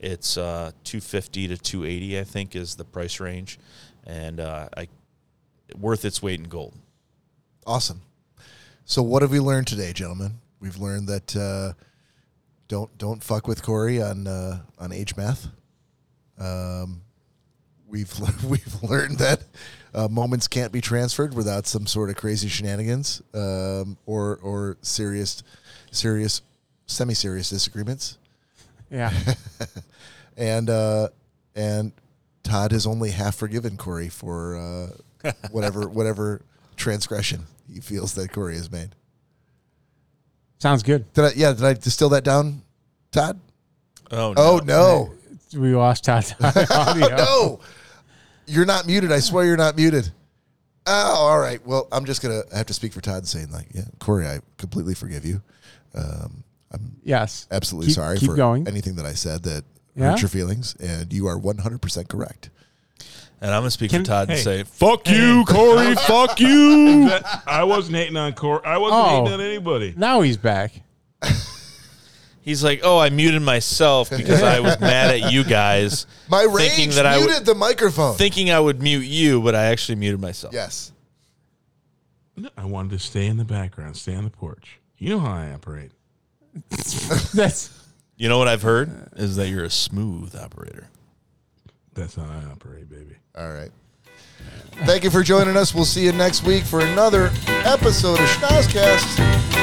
Speaker 4: It's uh, 250 to 280, I think, is the price range, and uh, I worth its weight in gold.
Speaker 1: Awesome. So what have we learned today, gentlemen? We've learned that uh, don't don't fuck with Corey on uh, on age math. Um, we've le- we've learned that uh, moments can't be transferred without some sort of crazy shenanigans um, or or serious serious semi serious disagreements.
Speaker 2: Yeah.
Speaker 1: and uh, and Todd has only half forgiven Corey for uh, whatever whatever transgression he feels that Corey has made.
Speaker 2: Sounds good.
Speaker 1: Did I, yeah, did I distill that down, Todd?
Speaker 4: Oh
Speaker 1: Oh no!
Speaker 2: We lost Todd's audio.
Speaker 1: no, you're not muted. I swear you're not muted. Oh, all right. Well, I'm just gonna have to speak for Todd, saying like, yeah, Corey, I completely forgive you. Um, I'm
Speaker 2: Yes.
Speaker 1: absolutely
Speaker 2: Keep-
Speaker 1: sorry
Speaker 2: keep
Speaker 1: for
Speaker 2: going.
Speaker 1: anything that I said that
Speaker 2: Yeah.
Speaker 1: hurt your feelings, and you are 100 percent correct.
Speaker 4: And I'm gonna speak
Speaker 2: Can-
Speaker 4: for Todd and
Speaker 2: hey.
Speaker 4: say, "Fuck
Speaker 3: Hey.
Speaker 4: you, Corey. fuck you."
Speaker 3: That- I wasn't hating on Corey. I wasn't
Speaker 2: Oh.
Speaker 3: hating on anybody.
Speaker 2: Now he's back.
Speaker 4: He's like, "Oh, I muted myself because I was mad at you guys,
Speaker 1: My
Speaker 4: Thinking
Speaker 1: rage
Speaker 4: that I
Speaker 1: muted
Speaker 4: would-
Speaker 1: the microphone.
Speaker 4: thinking I would mute you, but I actually muted myself."
Speaker 1: yes.
Speaker 3: No, I wanted to stay in the background, stay on the porch. You know how I operate.
Speaker 2: That's
Speaker 4: You know what I've heard is that you're a smooth operator.
Speaker 3: That's how I operate, baby.
Speaker 1: All right. Thank you for joining us. We'll see you next week for another episode of Schnozcast.